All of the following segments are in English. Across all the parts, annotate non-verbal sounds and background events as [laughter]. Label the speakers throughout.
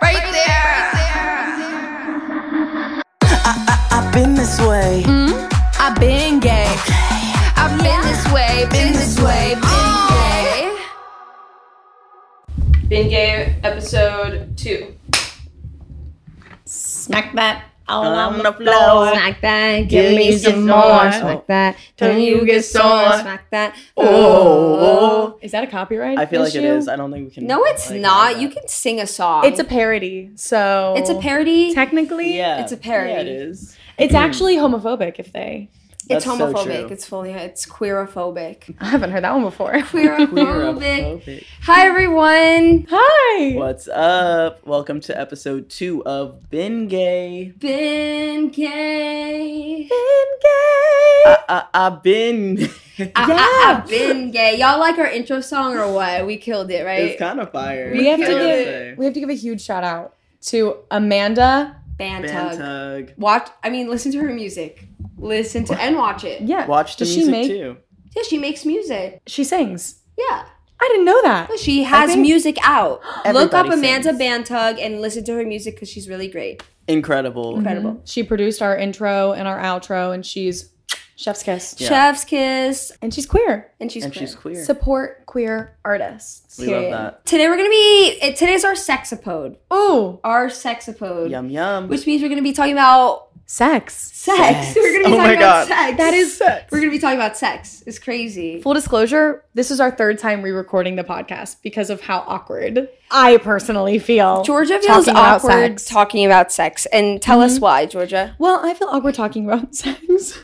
Speaker 1: Right, there.
Speaker 2: I've been this way.
Speaker 1: I've been gay. I've been this way, been this way, been gay.
Speaker 3: Been Gay episode two.
Speaker 4: Smack that all on the
Speaker 5: floor.
Speaker 4: floor.
Speaker 5: Smack that,
Speaker 4: Give
Speaker 5: give
Speaker 4: me
Speaker 5: me
Speaker 4: some
Speaker 5: some
Speaker 4: more.
Speaker 5: more. Smack that,
Speaker 4: Till
Speaker 5: till
Speaker 4: you
Speaker 5: you
Speaker 4: get
Speaker 5: get
Speaker 4: sore.
Speaker 5: sore. Smack that.
Speaker 2: Oh.
Speaker 3: Is that a copyright?
Speaker 2: I feel like it
Speaker 3: issue?
Speaker 2: is. I don't think we can.
Speaker 5: No, it's
Speaker 2: like,
Speaker 5: not.
Speaker 2: have
Speaker 5: You
Speaker 2: that.
Speaker 5: can sing a song.
Speaker 4: It's a Oh. parody, so
Speaker 5: it's a parody.
Speaker 4: Technically,
Speaker 2: Yeah.
Speaker 5: it's a parody.
Speaker 2: Yeah, it is.
Speaker 3: It's actually homophobic if they.
Speaker 5: it's
Speaker 2: That's so
Speaker 5: homophobic.
Speaker 2: true.
Speaker 5: it's fully. It's
Speaker 2: [laughs]
Speaker 5: queerophobic.
Speaker 4: I haven't heard that one before.
Speaker 5: Queerophobic. Hi everyone.
Speaker 4: [laughs] Hi.
Speaker 2: What's up? Welcome to episode two of Been Gay.
Speaker 5: Been gay.
Speaker 2: I, I, I've been. [laughs]
Speaker 5: I, I, I've been gay. Y'all like our intro song or what? We killed it, right?
Speaker 2: It's kind of fire.
Speaker 4: We have to
Speaker 2: I gotta
Speaker 4: give
Speaker 2: say.
Speaker 4: we have to give a huge shout out to Amanda.
Speaker 2: Bantug.
Speaker 5: Bantug. Watch. I mean, listen to her music. Listen to and watch it.
Speaker 4: Yeah.
Speaker 2: Watch the
Speaker 4: Does
Speaker 2: music
Speaker 4: she make,
Speaker 2: too.
Speaker 5: Yeah, she makes music.
Speaker 4: She sings.
Speaker 5: Yeah.
Speaker 4: I didn't know that.
Speaker 5: No, She has
Speaker 4: think
Speaker 5: music out. Look up
Speaker 2: everybody
Speaker 5: Amanda
Speaker 2: sings.
Speaker 5: Bantug and listen to her music because she's really great.
Speaker 2: Incredible.
Speaker 5: Incredible.
Speaker 4: She produced our intro and our outro, and she's chef's kiss.
Speaker 2: Yeah.
Speaker 5: Chef's kiss,
Speaker 4: And she's queer.
Speaker 5: and she's
Speaker 2: And
Speaker 5: queer.
Speaker 2: she's queer.
Speaker 4: Support queer artists.
Speaker 2: we love
Speaker 5: Period.
Speaker 2: that.
Speaker 5: Today we're gonna be. eh, Today's our sexapode.
Speaker 4: Ooh,
Speaker 5: Our sexapode,
Speaker 2: Yum yum. [laughs]
Speaker 5: which means we're gonna be talking about
Speaker 4: sex.
Speaker 5: sex. [laughs]
Speaker 2: Sex.
Speaker 5: We're gonna be talking
Speaker 2: Oh my
Speaker 5: about
Speaker 2: God.
Speaker 5: sex.
Speaker 4: That is sex.
Speaker 5: We're gonna be talking about sex. It's crazy.
Speaker 4: Full disclosure, this is our third time re-recording the podcast because of how awkward I personally feel.
Speaker 5: Georgia feels
Speaker 4: about
Speaker 5: awkward
Speaker 4: sex.
Speaker 5: talking about sex, and tell us why, Georgia.
Speaker 4: well, I feel awkward talking about [laughs] sex.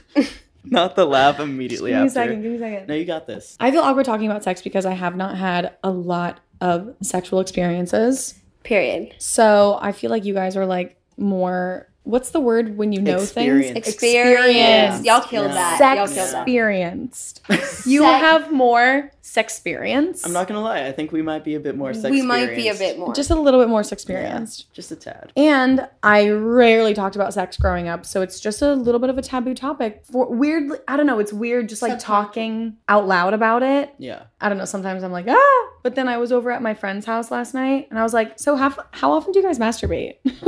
Speaker 2: Not the laugh immediately
Speaker 4: give me a
Speaker 2: after.
Speaker 4: second, give me a second.
Speaker 2: No, you got this.
Speaker 4: I feel awkward talking about sex because I have not had a lot of sexual experiences.
Speaker 5: Period.
Speaker 4: So I feel like you guys are like more what's the word when you know
Speaker 2: Experience.
Speaker 4: things?
Speaker 5: Experience. Y'all killed
Speaker 2: Yeah.
Speaker 5: that. Y'all
Speaker 4: Sex
Speaker 5: killed that. [laughs]
Speaker 4: experienced. You
Speaker 5: Sex-
Speaker 4: have more sex experience.
Speaker 2: I'm not gonna lie. I think we might be a bit more sex.
Speaker 5: We might be a bit more.
Speaker 4: just a little bit more sex experienced.
Speaker 2: Just a tad.
Speaker 4: And I rarely talked about sex growing up, so it's just a little bit of a taboo topic. For weirdly, I don't know, it's weird just like talking out loud about it.
Speaker 2: Yeah.
Speaker 4: I don't know, sometimes I'm like, "Ah!" But then I was over at my friend's house last night and I was like, "So how how often do you guys masturbate?"
Speaker 2: [laughs]
Speaker 4: [laughs]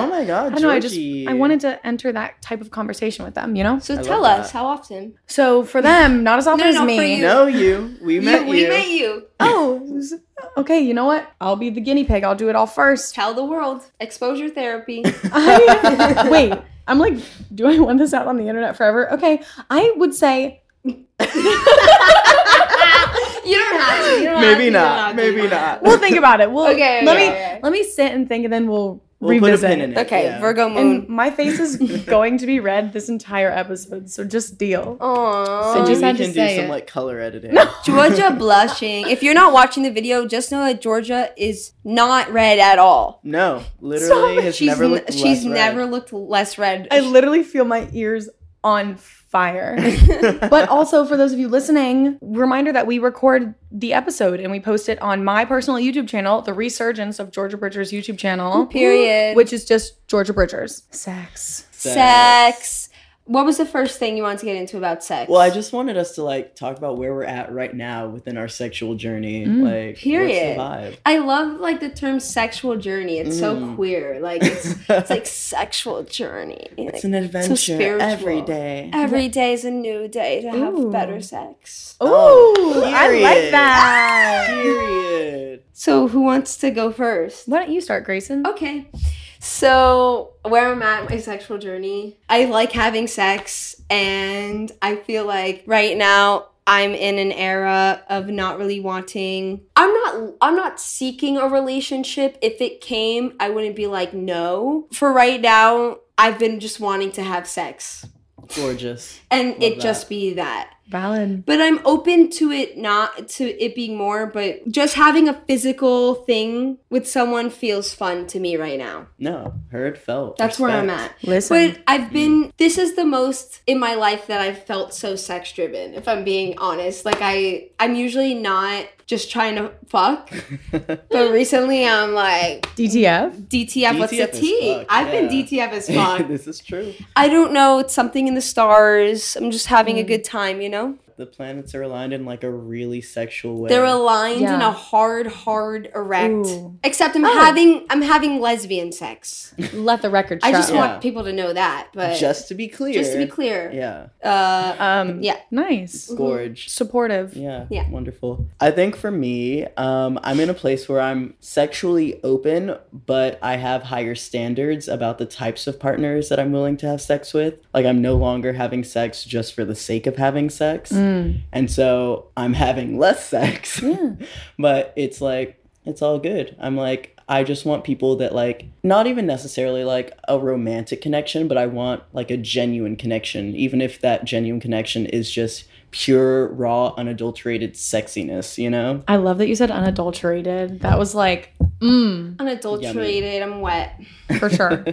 Speaker 2: Oh my god,
Speaker 4: I don't know, I just
Speaker 2: Georgie.
Speaker 4: I wanted to enter that type of conversation with them, you know?
Speaker 5: so
Speaker 2: love
Speaker 5: tell us
Speaker 2: that.
Speaker 5: how often.
Speaker 4: So for them, not as often
Speaker 5: No,
Speaker 4: as
Speaker 5: no,
Speaker 4: me.
Speaker 5: for you.
Speaker 2: No, you. We met you.
Speaker 5: we met you.
Speaker 4: Oh, s- okay, you know what? I'll be the guinea pig. I'll do it
Speaker 5: [laughs]
Speaker 4: all first. [laughs]
Speaker 5: Tell the world. Exposure
Speaker 2: [laughs]
Speaker 5: therapy.
Speaker 4: I, wait, I'm like, do I want this out on the internet forever? Okay, I would say
Speaker 5: You don't have to. You don't have to,
Speaker 2: [laughs] Maybe
Speaker 5: you don't
Speaker 2: not.
Speaker 5: have to, you
Speaker 2: Maybe
Speaker 5: don't have
Speaker 2: not.
Speaker 4: we'll think about it. We'll
Speaker 5: Okay,
Speaker 4: let
Speaker 5: okay,
Speaker 4: me
Speaker 5: okay.
Speaker 4: let me sit and think, and then we'll,
Speaker 2: We'll
Speaker 4: revisit.
Speaker 2: put a pin in
Speaker 5: to.
Speaker 2: it.
Speaker 5: Okay,
Speaker 2: yeah.
Speaker 5: Virgo moon.
Speaker 4: And my face is
Speaker 2: [laughs]
Speaker 4: going to be red this entire episode, so just deal.
Speaker 5: Aww.
Speaker 2: So
Speaker 4: I just
Speaker 2: we
Speaker 4: had to
Speaker 2: can do
Speaker 4: say
Speaker 2: some
Speaker 4: it.
Speaker 2: like color editing.
Speaker 5: Georgia blushing. If you're not watching the video, just know that Georgia is not red at all.
Speaker 2: No, literally has
Speaker 5: She's
Speaker 2: never
Speaker 5: n-
Speaker 2: looked
Speaker 5: she's
Speaker 2: less
Speaker 5: never looked less red.
Speaker 4: I literally feel my ears on
Speaker 5: [laughs]
Speaker 4: fire. but also, for those of you listening, reminder that we record the episode and we post it on my personal YouTube channel, the resurgence of Georgia Bridger's YouTube channel,
Speaker 5: Period.
Speaker 4: which is just Georgia Bridger's sex.
Speaker 5: sex. what was the first thing you wanted to get into about sex?
Speaker 6: Well, I just wanted us to like talk about where we're at right now within our sexual journey.
Speaker 4: Mm.
Speaker 6: Like,
Speaker 5: Period.
Speaker 6: What's
Speaker 5: I love like the term sexual journey. It's so
Speaker 6: Mm.
Speaker 5: queer. Like
Speaker 6: the
Speaker 5: it's
Speaker 6: vibe? [laughs]
Speaker 5: it's like sexual journey.
Speaker 6: it's
Speaker 5: Like,
Speaker 6: an adventure every
Speaker 5: spiritual.
Speaker 6: day.
Speaker 5: every day is a new day to have
Speaker 4: Ooh.
Speaker 5: better sex.
Speaker 4: Ooh,
Speaker 6: Oh,
Speaker 4: I like
Speaker 6: period.
Speaker 4: that.
Speaker 6: Period.
Speaker 5: So who wants to go first?
Speaker 4: Why don't you start, Grayson?
Speaker 5: Okay. So, where I'm at in my sexual journey, I like having sex, and I feel like right now I'm in an era of not really wanting. I'm not. I'm not seeking a relationship. If it came, I wouldn't be like no. For right now, I've been just wanting to have sex,
Speaker 6: [laughs] Gorgeous.
Speaker 5: and
Speaker 6: Love
Speaker 5: it
Speaker 6: that.
Speaker 5: just be that.
Speaker 4: Valid.
Speaker 5: But I'm open to it not to it being more, but just having a physical thing with someone feels fun to me right now.
Speaker 6: No, heard, felt.
Speaker 5: That's where I'm
Speaker 6: respect.
Speaker 5: at.
Speaker 4: Listen.
Speaker 5: But I've been this is the most in my life that I've felt so sex driven, if I'm being honest. Like I I'm usually not just trying to fuck. but recently I'm like
Speaker 4: DTF.
Speaker 5: DTF, what's the
Speaker 6: DTF is
Speaker 5: T?
Speaker 6: fuck,
Speaker 5: I've been
Speaker 6: yeah. [laughs]
Speaker 5: DTF as fuck.
Speaker 6: this is true.
Speaker 5: I don't know, it's something in the stars. I'm just having a good time, you know?
Speaker 6: The planets are aligned in like a really sexual way.
Speaker 5: They're aligned in
Speaker 4: Yeah.
Speaker 5: a hard, hard erect.
Speaker 4: Ooh.
Speaker 5: Except I'm having I'm having lesbian sex.
Speaker 4: Let the record show.
Speaker 5: I just
Speaker 6: Yeah.
Speaker 5: want people to know that. But
Speaker 6: just to be clear.
Speaker 5: just to be clear. Oh.
Speaker 6: Yeah.
Speaker 5: Uh
Speaker 4: um,
Speaker 5: Yeah.
Speaker 4: Nice.
Speaker 6: Gorge.
Speaker 4: Supportive.
Speaker 6: Yeah,
Speaker 5: Yeah.
Speaker 6: wonderful. I think for me, um, I'm in a place where I'm sexually open, but I have higher standards about the types of partners that I'm willing to have sex with. Like, I'm no longer having sex just for the sake of having sex.
Speaker 4: Mm.
Speaker 6: And so I'm having less sex,
Speaker 4: Yeah.
Speaker 6: [laughs] but it's like, it's all good. I'm like, I just want people that, like, not even necessarily like a romantic connection, but I want like a genuine connection, even if that genuine connection is just pure, raw, unadulterated sexiness, you know?
Speaker 4: I love that you said unadulterated. That was like, mm,
Speaker 5: unadulterated, I'm wet.
Speaker 4: [laughs] for sure.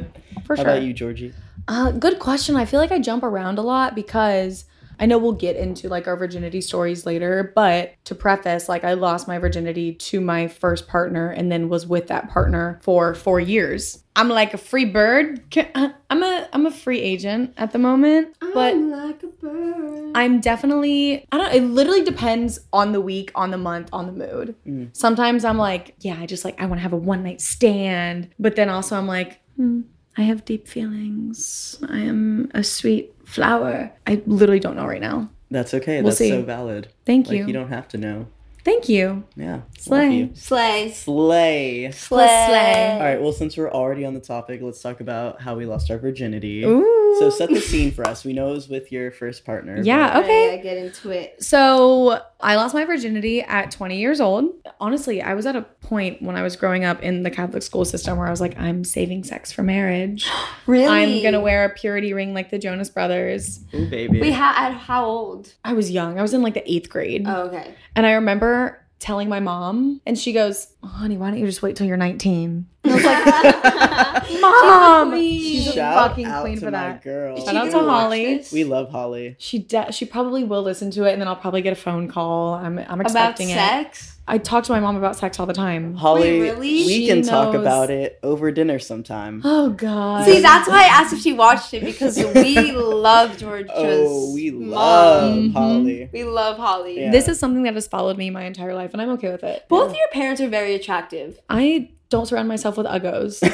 Speaker 4: For
Speaker 6: How
Speaker 4: sure.
Speaker 6: about you, Georgie?
Speaker 4: Uh, good question. I feel like I jump around a lot because I know we'll get into like our virginity stories later, but to preface, like I lost my virginity to my first partner and then was with that partner for four years. I'm like a free bird. Can- uh, I'm a I'm a free agent at the moment, but
Speaker 5: I'm like a bird.
Speaker 4: I'm definitely I don't it literally depends on the week, on the month, on the mood.
Speaker 6: Mm.
Speaker 4: Sometimes I'm like, yeah, I just like I want to have a one night stand, but then also I'm like, hmm, I have deep feelings. I am a sweet flower. I literally don't know right now.
Speaker 6: That's okay.
Speaker 4: We'll
Speaker 6: That's
Speaker 4: see.
Speaker 6: so valid.
Speaker 4: Thank
Speaker 6: Like,
Speaker 4: you.
Speaker 6: you don't have to know.
Speaker 4: Thank you.
Speaker 6: Yeah.
Speaker 4: Slay.
Speaker 6: Love you.
Speaker 5: Slay.
Speaker 6: Slay.
Speaker 5: Slay.
Speaker 6: All right, well, since we're already on the topic, let's talk about how we lost our virginity.
Speaker 4: Ooh.
Speaker 6: So set the scene for us. We know it was with your first partner.
Speaker 4: yeah, okay.
Speaker 5: I get into it.
Speaker 4: So I lost my virginity at 20 years old. Honestly, I was at a point when I was growing up in the Catholic school system where I was like, I'm saving sex for marriage.
Speaker 5: Really?
Speaker 4: I'm gonna wear a purity ring like the Jonas Brothers.
Speaker 6: but- Ooh, baby.
Speaker 5: We ha- at how old?
Speaker 4: I was young. I was in like the eighth grade,
Speaker 5: Oh, okay.
Speaker 4: and I remember telling my mom, and she goes, "Oh, "Honey, why don't you just wait till you're 19?" I was
Speaker 5: [laughs]
Speaker 4: like, "Mom, she's a
Speaker 6: Shout
Speaker 4: fucking
Speaker 6: out
Speaker 4: queen
Speaker 6: to
Speaker 4: for
Speaker 6: my
Speaker 4: that."
Speaker 6: Girl.
Speaker 4: Shout out
Speaker 6: Ooh.
Speaker 4: to Holly.
Speaker 6: We love Holly.
Speaker 4: She de- she probably will listen to it, and then I'll probably get a phone call. I'm I'm
Speaker 5: About
Speaker 4: expecting it.
Speaker 5: sex?
Speaker 4: I talk to my mom about sex all the time.
Speaker 6: Holly,
Speaker 5: really?
Speaker 6: we
Speaker 4: She
Speaker 6: can talk
Speaker 4: knows.
Speaker 6: about it over dinner sometime.
Speaker 4: Oh God.
Speaker 5: See, that's why I asked if she watched it because we love Georgia's.
Speaker 6: oh, we
Speaker 5: mom.
Speaker 6: love
Speaker 4: Mhm. [laughs]
Speaker 6: Holly.
Speaker 5: We love Holly.
Speaker 6: Yeah.
Speaker 4: This is something that has followed me my entire life, and I'm okay with it.
Speaker 5: Both of your parents are very attractive.
Speaker 4: I don't surround myself
Speaker 5: [laughs]
Speaker 4: with uggos.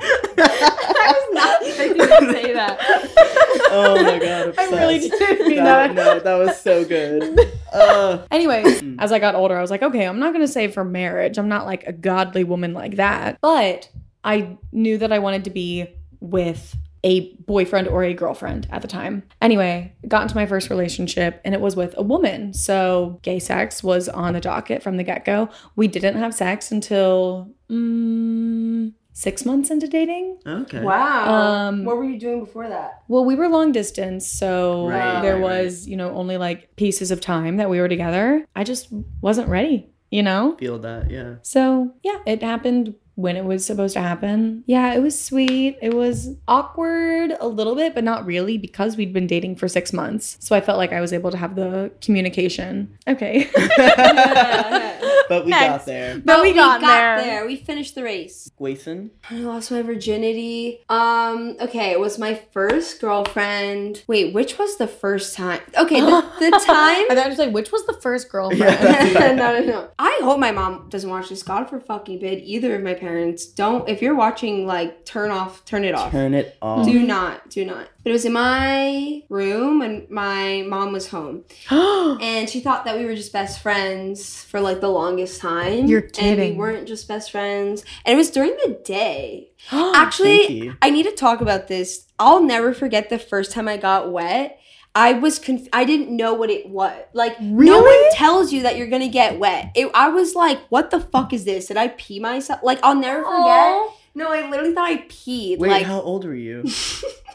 Speaker 5: I
Speaker 6: [laughs]
Speaker 5: was not expecting you to say that.
Speaker 6: Oh my god, obsessed.
Speaker 4: didn't mean
Speaker 6: that, no, that was so
Speaker 4: [laughs]
Speaker 6: good. Uh,
Speaker 4: Anyways, as I got older, I was like, okay, I'm not going to save for marriage. I'm not like a godly woman like that. But I knew that I wanted to be with a boyfriend or a girlfriend at the time. Anyway, got into my first relationship and it was with a woman. So gay sex was on the docket from the get go. We didn't have sex until mm, six months into dating.
Speaker 6: Okay.
Speaker 5: Wow.
Speaker 4: Um,
Speaker 5: what were you doing before that?
Speaker 4: Well, we were long distance, so
Speaker 6: Right,
Speaker 4: there
Speaker 6: right, right.
Speaker 4: was, you know, only like pieces of time that we were together. I just wasn't ready, you know?
Speaker 6: Feel that,
Speaker 4: [laughs]
Speaker 6: yeah.
Speaker 4: So, yeah, it happened when it was supposed to happen. Yeah, it was sweet. It was awkward a little bit, but not really because we'd been dating for six months. So I felt like I was able to have the communication. Okay. [laughs]
Speaker 6: but we got
Speaker 4: Next.
Speaker 6: there.
Speaker 4: but we got,
Speaker 5: we
Speaker 4: there. [laughs]
Speaker 5: We finished the race.
Speaker 6: Wason?
Speaker 5: I lost my virginity. Um, okay, it was my first girlfriend. Wait, which was the first time? Okay, the, the
Speaker 4: [laughs]
Speaker 5: [laughs] time.
Speaker 4: I thought I was like, which was the first girlfriend?
Speaker 5: no, no, no. I hope my mom doesn't watch this. God for fucking bid either of my parents. Don't. If you're watching, like, turn off, turn it off.
Speaker 6: Turn it
Speaker 4: Oh.
Speaker 6: off.
Speaker 5: Do not, do not. But it was in my room and my mom was
Speaker 4: [gasps]
Speaker 5: home. and she thought that we were just best friends for like the longest time.
Speaker 4: You're
Speaker 5: And
Speaker 4: kidding.
Speaker 5: we weren't just best friends. And it was during the day.
Speaker 4: [gasps]
Speaker 6: kinky.
Speaker 5: Actually, I need to talk about this. I'll never forget the first time I got wet. I was conf- I didn't know what it was. Like no one
Speaker 4: Really?
Speaker 5: tells you that you're gonna get wet. It, I was like, what the fuck is this? Did I pee myself? Like I'll never forget. No, I literally thought I peed.
Speaker 6: Wait,
Speaker 5: like
Speaker 6: how old were you?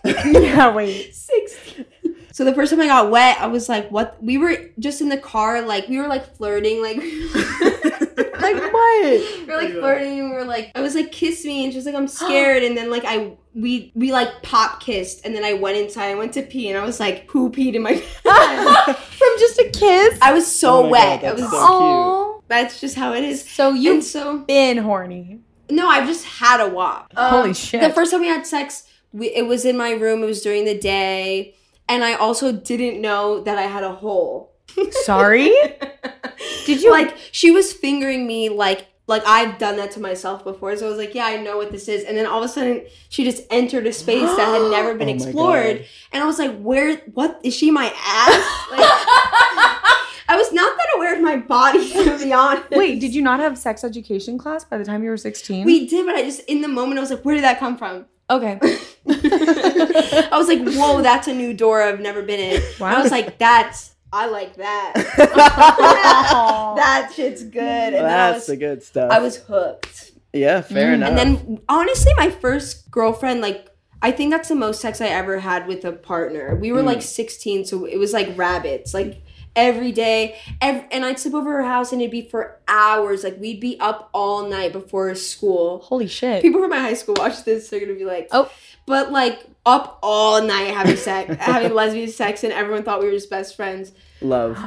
Speaker 4: yeah, wait.
Speaker 5: 16. So the first time I got wet, I was like, what? We were just in the car, like, we were like flirting, like, [laughs]
Speaker 6: like what?
Speaker 5: we were like flirting, we were like, I was like, kiss me. And she was like, I'm scared. And then, like, I, we, we like pop kissed. And then I went inside, I went to pee, and I was like, who peed
Speaker 4: [laughs]
Speaker 5: in my [laughs] pants?
Speaker 4: From just a kiss?
Speaker 5: I was so
Speaker 6: Oh my
Speaker 5: wet.
Speaker 6: God, that's
Speaker 5: I was,
Speaker 6: so
Speaker 5: [laughs] that's just how it is.
Speaker 4: So
Speaker 5: And
Speaker 4: you've
Speaker 5: so,
Speaker 4: been horny.
Speaker 5: no, I've just had a wop.
Speaker 4: Holy Oh, shit.
Speaker 5: The first time we had sex, we, it was in my room. It was during the day, and I also didn't know that I had a hole.
Speaker 4: [laughs] Sorry?
Speaker 5: Did you like? She was fingering me like like I've done that to myself before. So I was like, yeah, I know what this is. And then all of a sudden, she just entered a space that
Speaker 4: [gasps]
Speaker 5: had never been
Speaker 6: Oh my
Speaker 5: explored,
Speaker 6: God.
Speaker 5: and I was like, where? What is she? My ass?
Speaker 4: [laughs]
Speaker 5: Like, I was not that aware of my body [laughs] to be honest.
Speaker 4: Wait, did you not have sex education class by the time you were 16?
Speaker 5: We did, but I just in the moment I was like, where did that come from?
Speaker 4: okay.
Speaker 5: I was like, whoa, that's a new door I've never been in. I
Speaker 4: Wow.
Speaker 5: was like, that's I like
Speaker 4: [laughs]
Speaker 5: that. [laughs] that shit's good. And then I
Speaker 6: That's
Speaker 5: was,
Speaker 6: the good stuff.
Speaker 5: I was hooked.
Speaker 6: yeah, fair enough.
Speaker 5: And then honestly, my first girlfriend, like I think that's the most sex I ever had with a partner. We were like 16, so it was like rabbits, like every day. Ev- and I'd sleep over her house, and it'd be for hours. Like we'd be up all night before school
Speaker 4: [laughs] Holy shit.
Speaker 5: people from my high school watch this, they're gonna be like,
Speaker 4: Oh.
Speaker 5: but like up all night having sex, having lesbian sex, and everyone thought we were just best friends. [laughs]
Speaker 6: Love.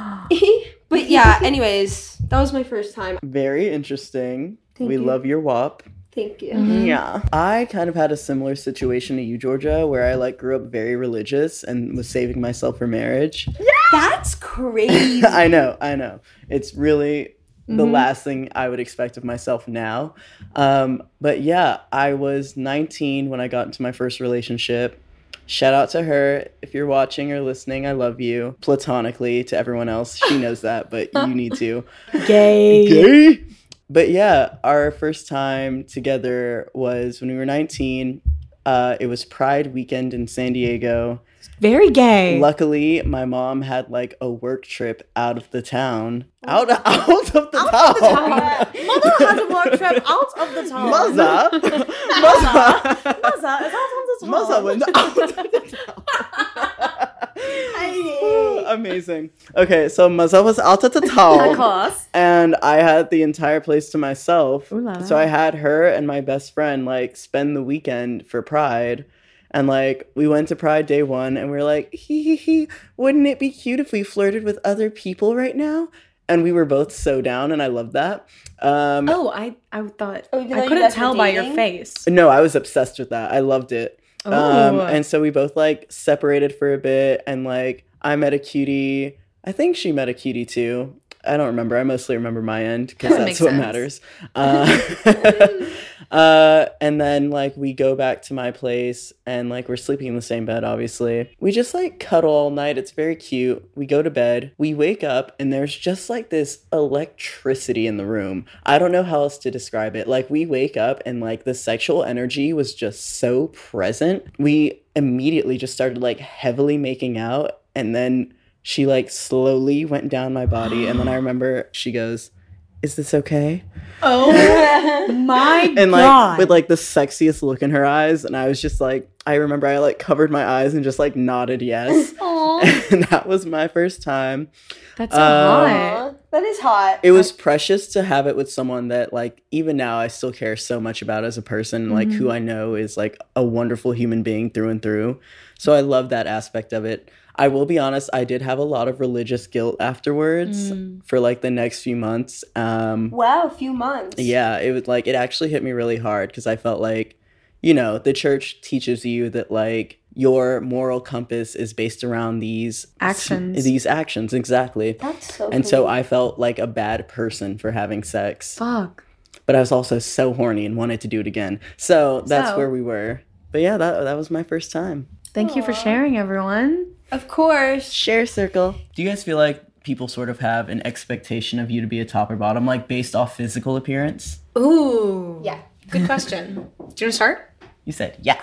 Speaker 5: but yeah, anyways, that was my first time.
Speaker 6: Very interesting.
Speaker 5: Thank
Speaker 6: we
Speaker 5: you.
Speaker 6: love your WAP.
Speaker 5: Thank you.
Speaker 6: Yeah. I kind of had a similar situation to you, Georgia, where I like grew up very religious and was saving myself for marriage.
Speaker 5: That's
Speaker 6: [laughs]
Speaker 5: crazy.
Speaker 6: I know, I know. It's really the last thing I would expect of myself now. Um, but yeah, I was 19 when I got into my first relationship. Shout out to her. If you're watching or listening, I love you platonically to everyone else. She knows that, but you need to.
Speaker 4: Gay.
Speaker 6: Gay. But yeah, our first time together was when we were 19. Uh, it was Pride weekend in San Diego.
Speaker 4: Very gay.
Speaker 6: Luckily, my mom had like a work trip out of the town.
Speaker 4: Oh.
Speaker 6: Out, [laughs] out of the town.
Speaker 4: Mother had a work trip out of the town. [laughs]
Speaker 6: Mother. Mother.
Speaker 4: Mother is out of the town.
Speaker 6: Mother went out of the
Speaker 4: [laughs]
Speaker 6: town. Amazing. Okay, so Mother was out of the town.
Speaker 4: course.
Speaker 6: and I had the entire place to myself.
Speaker 4: Ooh la la.
Speaker 6: So I had her and my best friend like spend the weekend for Pride. And like we went to Pride day one and we were like, hee hee hee, wouldn't it be cute if we flirted with other people right now? And we were both so down and I loved that. Um
Speaker 4: Oh, I, I thought.
Speaker 5: Oh, even though
Speaker 4: I
Speaker 5: you
Speaker 4: couldn't
Speaker 5: guys were
Speaker 4: tell by your
Speaker 5: dating?
Speaker 4: face.
Speaker 6: no, I was obsessed with that. I loved it. Um,
Speaker 4: Oh.
Speaker 6: and so we both like separated for a bit, and like I met a cutie. I think she met a cutie too. I don't remember. I mostly remember my end because
Speaker 4: That
Speaker 6: that's
Speaker 4: makes
Speaker 6: what
Speaker 4: sense.
Speaker 6: matters. Uh,
Speaker 4: [laughs]
Speaker 6: [laughs] uh, and then like we go back to my place, and like we're sleeping in the same bed. Obviously, we just like cuddle all night. It's very cute. We go to bed. We wake up, and there's just like this electricity in the room. I don't know how else to describe it. Like we wake up, and like the sexual energy was just so present. We immediately just started like heavily making out, and then she like slowly went down my body and then i remember she goes is this okay? [laughs]
Speaker 4: Oh my
Speaker 6: and like
Speaker 4: god.
Speaker 6: with like the sexiest look in her eyes and i was just like i remember i like covered my eyes and just like nodded yes [laughs] and that was my first time
Speaker 4: That's
Speaker 6: Um,
Speaker 4: hot.
Speaker 5: That is hot.
Speaker 6: it was precious to have it with someone that like even now i still care so much about as a person like who i know is like a wonderful human being through and through so i love that aspect of it i will be honest i did have a lot of religious guilt afterwards for like the next few months um
Speaker 5: Wow, a few months.
Speaker 6: yeah, it was like it actually hit me really hard because I felt like, you know, the church teaches you that like your moral compass is based around these
Speaker 4: Actions.
Speaker 6: these actions exactly.
Speaker 5: That's so
Speaker 6: and so
Speaker 5: cool.
Speaker 6: I felt like a bad person for having sex,
Speaker 4: Fuck.
Speaker 6: but I was also so horny and wanted to do it again. So that's
Speaker 4: So-
Speaker 6: where we were. But yeah, that that was my first time.
Speaker 4: Thank you for sharing, everyone.
Speaker 5: Of course.
Speaker 6: Share circle. Do you guys feel like people sort of have an expectation of you to be a top or bottom like based off physical appearance?
Speaker 7: Ooh.
Speaker 8: Yeah. Good question. Do you want to start?
Speaker 6: You said, "Yeah."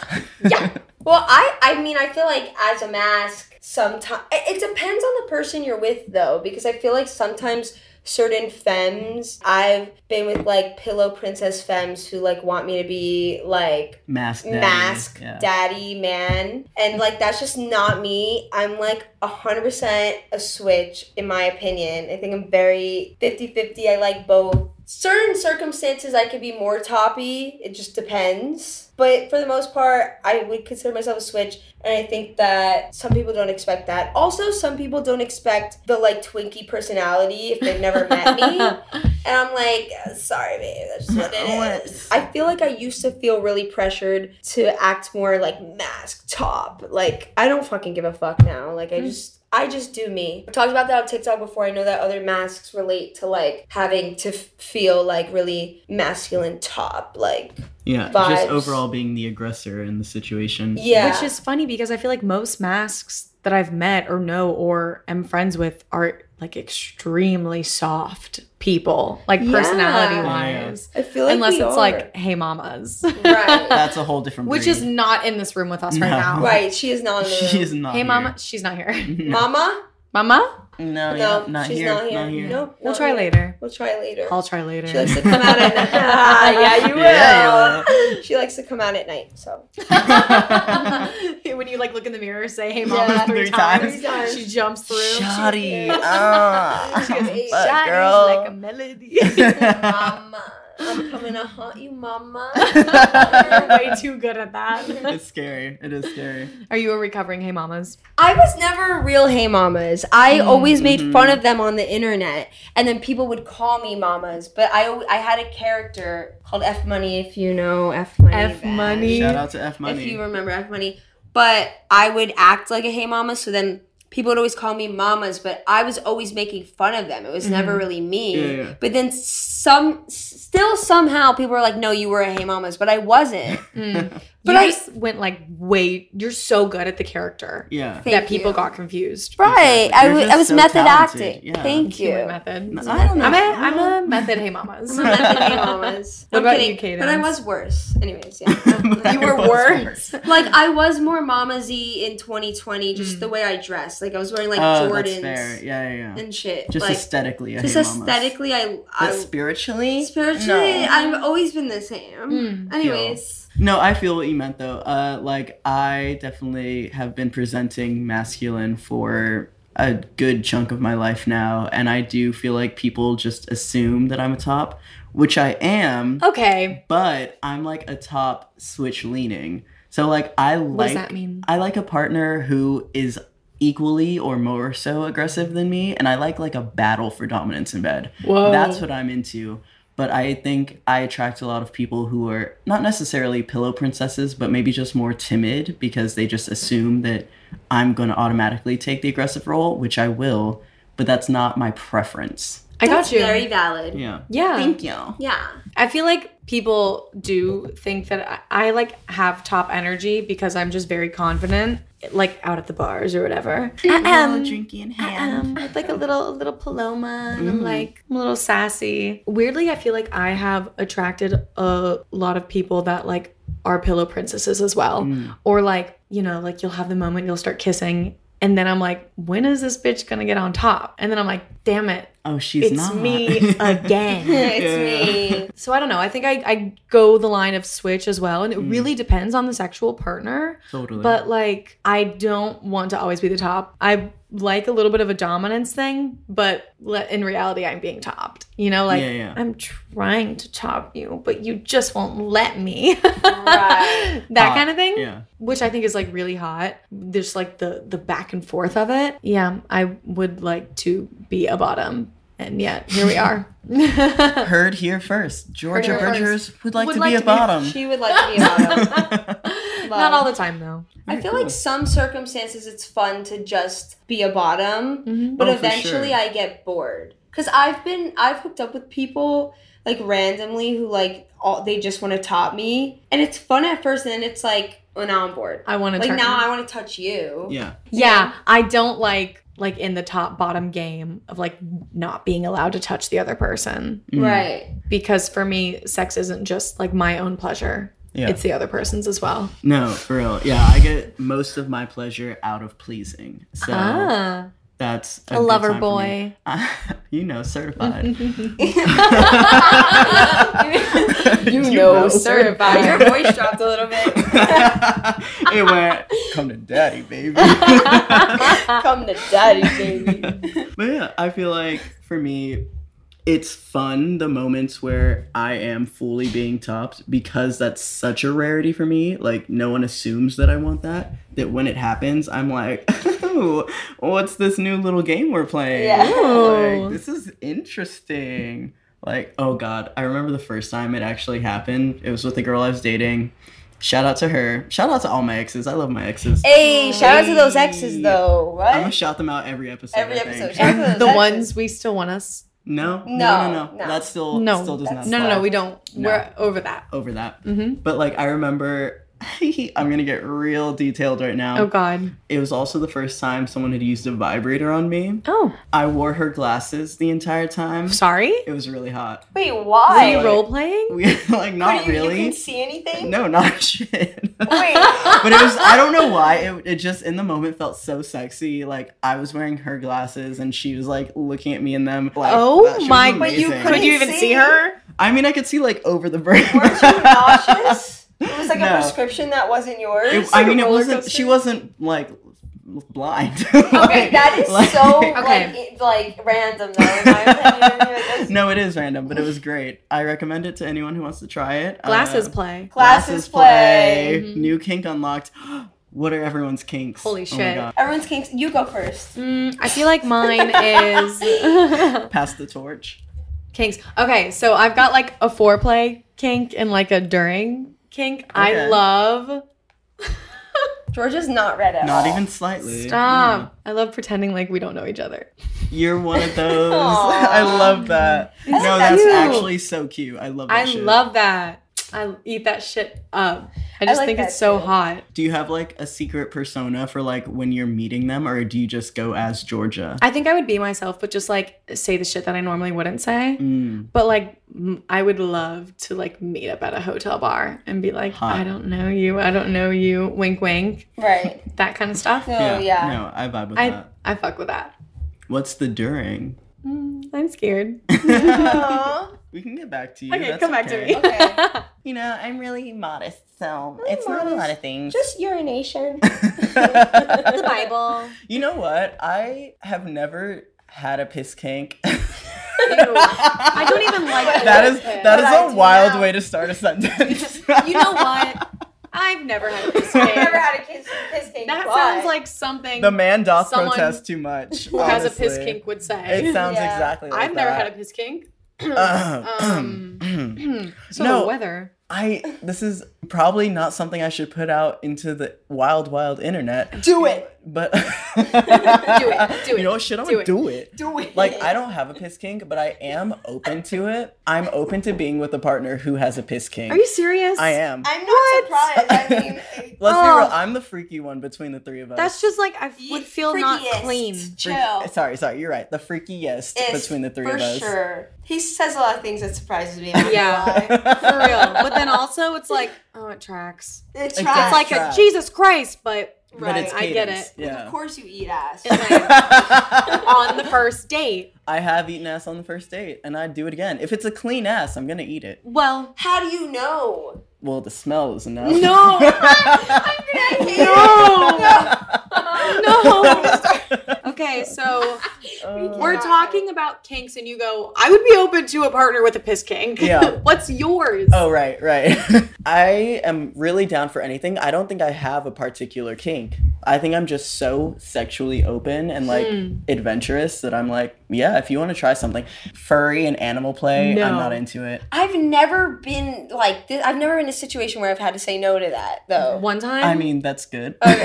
Speaker 5: Yeah. Well, I I mean, I feel like as a mask, sometimes it depends on the person you're with though, because I feel like sometimes certain femmes I've been with like pillow princess femmes who like want me to be like
Speaker 6: Mask daddy.
Speaker 5: mask
Speaker 6: Yeah.
Speaker 5: daddy man and like that's just not me i'm like 100% a switch in my opinion i think i'm very 50-50 i like both certain circumstances i could be more toppy it just depends but for the most part i would consider myself a switch and i think that some people don't expect that also some people don't expect the like twinkie personality if they've never met
Speaker 6: [laughs]
Speaker 5: me and I'm like, sorry, babe, that's just what it is. I feel like I used to feel really pressured to act more like mask top. Like I don't fucking give a fuck now. Like I just. I just do me. I talked about that on TikTok before. I know that other masks relate to like having to f- feel like really masculine top. Like,
Speaker 6: Yeah,
Speaker 5: vibes.
Speaker 6: just overall being the aggressor in the situation.
Speaker 5: yeah.
Speaker 4: Which is funny because I feel like most masks that I've met or know or am friends with are like extremely soft people, like personality wise.
Speaker 5: I feel like
Speaker 4: Unless
Speaker 5: we
Speaker 4: it's
Speaker 5: are.
Speaker 4: like, hey, mamas,
Speaker 5: [laughs]
Speaker 4: [laughs]
Speaker 5: right,
Speaker 6: That's a whole different [laughs]
Speaker 4: which is not in this room with us right
Speaker 6: No.
Speaker 4: now.
Speaker 5: right. She is not. In the
Speaker 6: she
Speaker 5: room.
Speaker 6: is not
Speaker 4: Hey, mama, she's not here. Mm-hmm.
Speaker 5: Mama.
Speaker 4: [laughs] Mama,
Speaker 6: No,
Speaker 5: No,
Speaker 6: yeah, not,
Speaker 5: she's
Speaker 6: here,
Speaker 5: not
Speaker 6: [laughs]
Speaker 5: here. Nope,
Speaker 4: we'll
Speaker 5: not
Speaker 4: try
Speaker 5: here.
Speaker 4: later.
Speaker 5: We'll try later.
Speaker 4: I'll try later.
Speaker 5: She [laughs] likes to come out at night. Ah, [laughs] yeah, you will.
Speaker 6: Yeah,
Speaker 5: She likes to come out at night, so.
Speaker 4: [laughs] when you like look in the mirror, say hey, mama
Speaker 5: Yeah.
Speaker 4: three,
Speaker 6: Three
Speaker 4: times.
Speaker 6: times.
Speaker 5: times.
Speaker 4: She jumps through.
Speaker 6: Shoddy, ah,
Speaker 5: She goes,
Speaker 6: [laughs] fuck,
Speaker 5: "Shoddy's
Speaker 6: girl.
Speaker 4: like a melody.
Speaker 5: Mama, I'm coming to haunt you, mama. [laughs]
Speaker 4: You're way too good at
Speaker 6: [laughs]
Speaker 4: that.
Speaker 6: it's scary. It is scary.
Speaker 4: Are you a recovering hey mamas?
Speaker 5: I was never a real hey mamas. I always made fun of them on the internet, and then people would call me mamas. But I, al- I had a character called F Money, if you know F Money.
Speaker 4: F
Speaker 5: Bad.
Speaker 4: money.
Speaker 6: Shout out to F
Speaker 5: If
Speaker 6: Money.
Speaker 5: you remember F Money. But I would act like a hey mama, so then people would always call me mamas, but I was always making fun of them. It was never really me.
Speaker 6: Mm-hmm. Yeah, yeah.
Speaker 5: But then some, still somehow, people were like, no, you were a hey mamas, but
Speaker 6: [laughs]
Speaker 5: I wasn't.
Speaker 4: But
Speaker 5: But
Speaker 4: I
Speaker 5: I-
Speaker 4: just went like, wait, you're so good at the character
Speaker 6: yeah.
Speaker 5: Thank
Speaker 4: that people
Speaker 5: you.
Speaker 4: got confused.
Speaker 5: Right. I
Speaker 6: You're
Speaker 5: was,
Speaker 6: just
Speaker 5: I was
Speaker 6: so
Speaker 5: method
Speaker 6: talented.
Speaker 5: acting.
Speaker 6: Yeah.
Speaker 5: Thank
Speaker 4: Human
Speaker 5: you.
Speaker 4: method.
Speaker 6: I don't know.
Speaker 4: I'm a I'm a method hey
Speaker 5: [laughs]
Speaker 4: mamas.
Speaker 5: Method acting
Speaker 4: [laughs]
Speaker 5: mamas.
Speaker 4: What
Speaker 5: I'm
Speaker 4: about
Speaker 5: kidding,
Speaker 4: you, Cadence?
Speaker 5: But I was worse.
Speaker 6: [laughs]
Speaker 5: Anyways, yeah.
Speaker 6: You were worse.
Speaker 5: [laughs] like I was more mamasy in 2020, just
Speaker 4: Hmm.
Speaker 5: the way I dressed. Like I was wearing like
Speaker 6: Oh, that's
Speaker 5: Jordans
Speaker 6: fair. Yeah, yeah, yeah.
Speaker 5: and shit.
Speaker 6: Just
Speaker 5: like
Speaker 6: aesthetically, a
Speaker 5: just
Speaker 6: hey mama's.
Speaker 5: aesthetically, I,
Speaker 6: But
Speaker 5: I
Speaker 6: spiritually,
Speaker 5: spiritually,
Speaker 6: No.
Speaker 5: I've always been the same.
Speaker 4: Mm.
Speaker 5: Anyways,
Speaker 6: No, I feel what you meant though. Uh, like I definitely have been presenting masculine for a good chunk of my life now, and I do feel like people just assume that I'm a top, which I am,
Speaker 4: okay.
Speaker 6: but I'm like a top switch leaning. So like I like
Speaker 4: What does that mean?
Speaker 6: I like a partner who is equally or more so aggressive than me, and I like like a battle for dominance in bed.
Speaker 4: Whoa.
Speaker 6: That's what I'm into. But I think I attract a lot of people who are not necessarily pillow princesses, but maybe just more timid because they just assume that I'm going to automatically take the aggressive role, which I will, but that's not my preference.
Speaker 4: I got you.
Speaker 5: very valid.
Speaker 6: Yeah.
Speaker 4: yeah.
Speaker 6: you.
Speaker 5: Yeah.
Speaker 4: I feel like people do think that I, I like have top energy because I'm just very confident, like out at the bars or whatever. I am
Speaker 6: Drinking in
Speaker 4: um, with like a little a little paloma and I'm like I'm a little sassy. Weirdly, I feel like I have attracted a lot of people that like are pillow princesses as well. Or like, you know, like you'll have the moment you'll start kissing and then I'm like, when is this bitch gonna get on top? And then I'm like, damn it,
Speaker 6: Oh, she's
Speaker 4: it's
Speaker 6: not. [laughs]
Speaker 4: [laughs] me again.
Speaker 6: It's
Speaker 4: me. So I don't know. I think I, I go the line of switch as well, and it
Speaker 6: Mm.
Speaker 4: really depends on the sexual partner.
Speaker 6: Totally.
Speaker 4: But like, I don't want to always be the top. I like a little bit of a dominance thing, but le- in reality, I'm being topped. You know, like
Speaker 6: Yeah, yeah.
Speaker 4: I'm trying to top you, but you just won't let me. [laughs] that
Speaker 6: Hot.
Speaker 4: kind of thing.
Speaker 6: Yeah.
Speaker 4: Which I think is like really hot. There's like the the back and forth of it. Yeah, I would like to be a bottom, and yet here we are. [laughs]
Speaker 6: Heard here first. Georgia
Speaker 4: Heard here
Speaker 6: Bridgers
Speaker 4: first.
Speaker 6: would like
Speaker 4: Would
Speaker 6: to
Speaker 4: like
Speaker 6: be a
Speaker 4: to be-
Speaker 6: bottom.
Speaker 5: She would like to be a
Speaker 4: [laughs]
Speaker 5: bottom.
Speaker 4: Not all the time though.
Speaker 5: I feel like some circumstances it's fun to just be a bottom, but
Speaker 4: Mm-hmm.
Speaker 6: Oh, for
Speaker 5: eventually
Speaker 6: sure.
Speaker 5: I get bored because I've been I've hooked up with people like randomly who like all they just want to top me, and it's fun at first, and then it's like, oh now I'm bored.
Speaker 4: I wanna
Speaker 5: like
Speaker 4: turn-
Speaker 5: now I want to touch you.
Speaker 6: [laughs] yeah.
Speaker 4: Yeah, I don't like like in the top bottom game of like not being allowed to touch the other person
Speaker 6: Mm.
Speaker 5: Right.
Speaker 4: because for me sex isn't just like my own pleasure.
Speaker 6: Yeah.
Speaker 4: It's the other person's as well.
Speaker 6: No, for real. Yeah, I get most of my pleasure out of pleasing. So
Speaker 4: Ah.
Speaker 6: that's
Speaker 4: A
Speaker 6: good
Speaker 4: lover
Speaker 6: time for me.
Speaker 4: boy.
Speaker 6: [laughs] you know,
Speaker 4: [laughs]
Speaker 6: certified. [laughs]
Speaker 5: You,
Speaker 6: know,
Speaker 5: certified. Your voice dropped a little bit.
Speaker 6: [laughs] it went, come to daddy, baby.
Speaker 4: [laughs]
Speaker 5: [laughs] Come to daddy, baby.
Speaker 6: [laughs] But yeah, I feel like for me, it's fun the moments where I am fully being topped because that's such a rarity for me. Like, no one assumes that I want that. That when it happens, I'm like, [laughs] ooh, what's this new little game we're playing?
Speaker 5: Yeah.
Speaker 6: Ooh, [laughs] Like, this is interesting. Like, oh God, I remember the first time it actually happened. It was with the girl I was dating. Shout out to her. Shout out to all my exes. I love my exes.
Speaker 5: Hey, shout out to those exes though. What?
Speaker 6: I'm gonna shout them out every episode.
Speaker 5: Every
Speaker 6: I think.
Speaker 5: episode. Shout out to those
Speaker 4: The
Speaker 5: exes.
Speaker 4: ones we still want us.
Speaker 6: No,
Speaker 5: No,
Speaker 6: no, no, no.
Speaker 5: no.
Speaker 6: That still
Speaker 4: No,
Speaker 6: still does not.
Speaker 4: no, no,
Speaker 6: slide
Speaker 4: no. We don't.
Speaker 6: No.
Speaker 4: We're over that.
Speaker 6: over that.
Speaker 4: hmm
Speaker 6: But like I remember, [laughs] I'm gonna get real detailed right now.
Speaker 4: Oh God.
Speaker 6: It was also the first time someone had used a vibrator on me.
Speaker 4: Oh,
Speaker 6: I wore her glasses the entire time.
Speaker 4: sorry.
Speaker 6: It was really hot.
Speaker 5: Wait,
Speaker 4: Are
Speaker 5: why?
Speaker 4: you role playing?
Speaker 6: We [laughs] like not
Speaker 5: you,
Speaker 6: really.
Speaker 5: You can see anything?
Speaker 6: no, not shit. [laughs]
Speaker 5: Wait.
Speaker 6: but it was I don't know why it, it just in the moment felt so sexy. Like I was wearing her glasses and she was like looking at me in them. Like, that shit
Speaker 4: Oh
Speaker 6: was
Speaker 4: my!
Speaker 6: amazing. Uh,
Speaker 4: Could you even see her?
Speaker 6: I mean, I could see like over the brain.
Speaker 5: Weren't
Speaker 6: [laughs]
Speaker 5: you nauseous? It was like
Speaker 6: No.
Speaker 5: a prescription that wasn't yours.
Speaker 6: It- I mean, it wasn't. She wasn't like blind.
Speaker 5: [laughs]
Speaker 6: [laughs]
Speaker 5: okay,
Speaker 6: Like-
Speaker 5: that is
Speaker 6: like- [laughs]
Speaker 5: so [laughs]
Speaker 4: Okay.
Speaker 5: like, it- like random though. in my opinion. You're like, this-
Speaker 6: No, it is random, but it was great. I recommend it to anyone who wants to try it.
Speaker 4: Glasses
Speaker 6: Uh,
Speaker 4: play.
Speaker 5: Glasses play.
Speaker 6: play. New kink unlocked. [gasps] what are everyone's kinks? Oh
Speaker 4: Holy
Speaker 6: my
Speaker 4: shit.
Speaker 6: God.
Speaker 5: Everyone's kinks. You go first.
Speaker 4: Mm, I feel like
Speaker 6: [laughs]
Speaker 4: mine is
Speaker 6: Pass the torch.
Speaker 4: kinks. Okay, so I've got like a foreplay kink and like a during kink. I
Speaker 6: Okay.
Speaker 4: love. um,
Speaker 5: Georgia's not red at
Speaker 6: Not
Speaker 5: all.
Speaker 6: even slightly. Mm-hmm.
Speaker 4: Stop. I love pretending like we don't know each other.
Speaker 6: Mm. You're one of those. I love that. no, that's
Speaker 4: cute.
Speaker 6: actually so cute. I love that
Speaker 4: I
Speaker 6: shit.
Speaker 4: love that. I eat that shit up. I just
Speaker 5: like
Speaker 4: think
Speaker 5: that
Speaker 4: it's so
Speaker 5: too.
Speaker 4: hot.
Speaker 6: Do you have like a secret persona for like when you're meeting them, or do you just go as Georgia?
Speaker 4: I think I would be myself, but just like say the shit that I normally wouldn't say.
Speaker 6: Mm.
Speaker 4: But like, m- I would love to like meet up at a hotel bar and be like,
Speaker 6: Hot.
Speaker 4: I don't know you, I don't know you, wink, wink,
Speaker 5: Right.
Speaker 4: that kind of stuff.
Speaker 5: No. Yeah. yeah.
Speaker 6: No, I vibe with
Speaker 4: Oh, I
Speaker 6: that.
Speaker 4: I fuck with that.
Speaker 6: What's the during?
Speaker 4: [laughs] Mm, I'm scared.
Speaker 5: Aw.
Speaker 6: We can get back to you.
Speaker 4: Okay,
Speaker 6: That's
Speaker 4: come back
Speaker 6: okay.
Speaker 4: to me.
Speaker 5: Okay.
Speaker 6: You know, I'm really modest, so
Speaker 5: Really
Speaker 6: it's not a lot of things. [laughs]
Speaker 5: Just urination.
Speaker 6: the
Speaker 5: [laughs] Bible.
Speaker 6: You know what? I have never had a piss
Speaker 4: [laughs]
Speaker 6: kink. [laughs]
Speaker 4: I don't even like that.
Speaker 6: that is that
Speaker 5: But I
Speaker 6: is a
Speaker 5: do
Speaker 6: wild
Speaker 5: now.
Speaker 6: way to
Speaker 4: [laughs]
Speaker 6: start a sentence.
Speaker 4: You know what? I've never had a piss
Speaker 5: I've never
Speaker 4: kink.
Speaker 5: had a kiss, kiss kink.
Speaker 4: That
Speaker 5: Why?
Speaker 4: sounds like
Speaker 6: [laughs]
Speaker 4: something
Speaker 6: The man doth
Speaker 4: Someone
Speaker 6: protest too much.
Speaker 4: who has a piss
Speaker 6: honestly.
Speaker 4: kink would say.
Speaker 6: It sounds
Speaker 5: Yeah.
Speaker 6: exactly like
Speaker 4: [laughs] I've never had a
Speaker 6: that.
Speaker 4: piss kink.
Speaker 6: [clears throat] Ahem, ahem.
Speaker 4: so
Speaker 6: No.
Speaker 4: the weather.
Speaker 6: I this is probably not something I should put out into the wild, wild internet. Do it, but do [laughs] it,
Speaker 4: do
Speaker 6: You
Speaker 4: it,
Speaker 6: know what? Shit, I'm
Speaker 4: do
Speaker 6: gonna
Speaker 4: it.
Speaker 6: do it.
Speaker 5: Do it.
Speaker 6: Like I don't have a piss kink, but I am open to it. I'm open to being with a partner who has a piss kink.
Speaker 4: Are you serious?
Speaker 6: I am.
Speaker 5: I'm not surprised. I [laughs] mean,
Speaker 6: Let's be
Speaker 4: Oh.
Speaker 6: real. I'm the freaky one between the three of us.
Speaker 4: That's just like I
Speaker 5: you
Speaker 4: would feel not
Speaker 5: freakiest.
Speaker 4: clean.
Speaker 5: [laughs] Chill.
Speaker 6: sorry, sorry. You're right. The freakiest
Speaker 5: It's
Speaker 6: between the three
Speaker 5: for
Speaker 6: of us.
Speaker 5: sure. He says a lot of things that surprises [laughs] me. I'm not
Speaker 4: Yeah.
Speaker 5: gonna lie.
Speaker 6: [laughs]
Speaker 4: For real. But then also it's like, oh, it tracks.
Speaker 5: It
Speaker 6: It
Speaker 5: tracks.
Speaker 4: It's like a
Speaker 6: Tracks.
Speaker 4: Jesus Christ, but
Speaker 6: But it's
Speaker 9: I get
Speaker 6: cadence.
Speaker 9: it.
Speaker 6: Yeah.
Speaker 5: Of course you eat ass.
Speaker 6: [laughs]
Speaker 9: on the first date.
Speaker 6: I have eaten ass on the first date, and I'd do it again. If it's a clean ass, I'm gonna eat it.
Speaker 9: Well,
Speaker 5: [laughs] how do you know?
Speaker 6: Well, the smell is enough.
Speaker 9: [laughs]
Speaker 5: No.
Speaker 6: [laughs]
Speaker 9: [laughs] Okay, so
Speaker 6: Oh
Speaker 9: we're talking about kinks, and you go, I would be open to a partner with a piss kink.
Speaker 6: Yeah.
Speaker 9: [laughs] What's yours?
Speaker 6: Oh right, right. [laughs] I am really down for anything. I don't think I have a particular kink. I think I'm just so sexually open and like
Speaker 9: Hmm.
Speaker 6: adventurous that I'm like, yeah, if you want to try something, furry and animal play, I'm
Speaker 9: No.
Speaker 6: not into it.
Speaker 5: I've never been like this. I've never been in a situation where I've had to say no to that [laughs] though.
Speaker 9: One time,
Speaker 6: I mean, that's good.
Speaker 5: good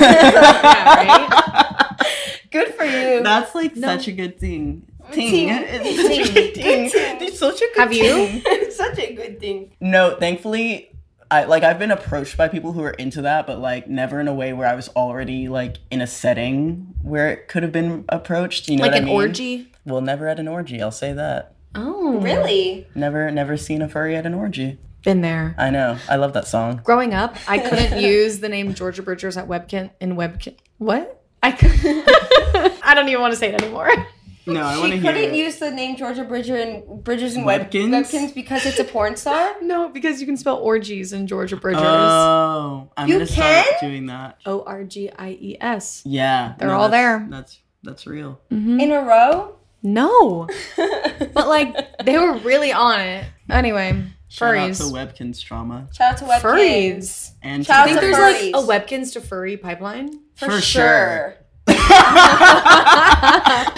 Speaker 5: for [laughs] you.
Speaker 6: [laughs] That's like such a good thing.
Speaker 5: Ting.
Speaker 6: [laughs] It's such a good
Speaker 5: Ting.
Speaker 6: ting. It's such a good
Speaker 9: Have you?
Speaker 6: ting.
Speaker 5: Such a good thing.
Speaker 6: No, thankfully, I like I've been approached by people who are into that, but like never in a way where I was already like in a setting where it could have been approached. You know,
Speaker 9: like
Speaker 6: what I
Speaker 9: an
Speaker 6: mean?
Speaker 9: orgy.
Speaker 6: Well, never at an orgy. I'll say that.
Speaker 9: Oh,
Speaker 5: Really?
Speaker 6: Never, never seen a furry at an orgy.
Speaker 10: Been there.
Speaker 6: I know. I love that song.
Speaker 10: Growing up,
Speaker 6: [laughs]
Speaker 10: I couldn't use the name Georgia Bridgers at Webkin in Webkin. What?
Speaker 9: [laughs]
Speaker 10: I could. I don't even want to say it anymore.
Speaker 2: No, I want
Speaker 5: She
Speaker 2: to hear
Speaker 5: couldn't
Speaker 2: it.
Speaker 5: use the name Georgia Bridger and Bridgers and Web-
Speaker 2: Webkins?
Speaker 5: Webkins because it's a porn [laughs] star.
Speaker 10: [laughs] No, because you can spell orgies in Georgia Bridgers.
Speaker 6: Uh,
Speaker 2: Oh, I'm
Speaker 5: You
Speaker 2: gonna start
Speaker 5: can?
Speaker 2: doing that.
Speaker 10: O R G I E S.
Speaker 2: Yeah,
Speaker 10: They're all
Speaker 2: that's-
Speaker 10: there.
Speaker 2: That's that's real.
Speaker 5: In a row?
Speaker 10: No, but like they were really on it. Anyway,
Speaker 2: Shout out
Speaker 10: furries.
Speaker 2: to Webkins trauma
Speaker 5: Shout out to Webkins.
Speaker 10: Furries.
Speaker 2: and
Speaker 5: Shout
Speaker 10: I think
Speaker 5: out to
Speaker 10: there's
Speaker 5: furries.
Speaker 10: like a Webkins to furry pipeline.
Speaker 5: For,
Speaker 2: For
Speaker 5: sure.
Speaker 2: sure.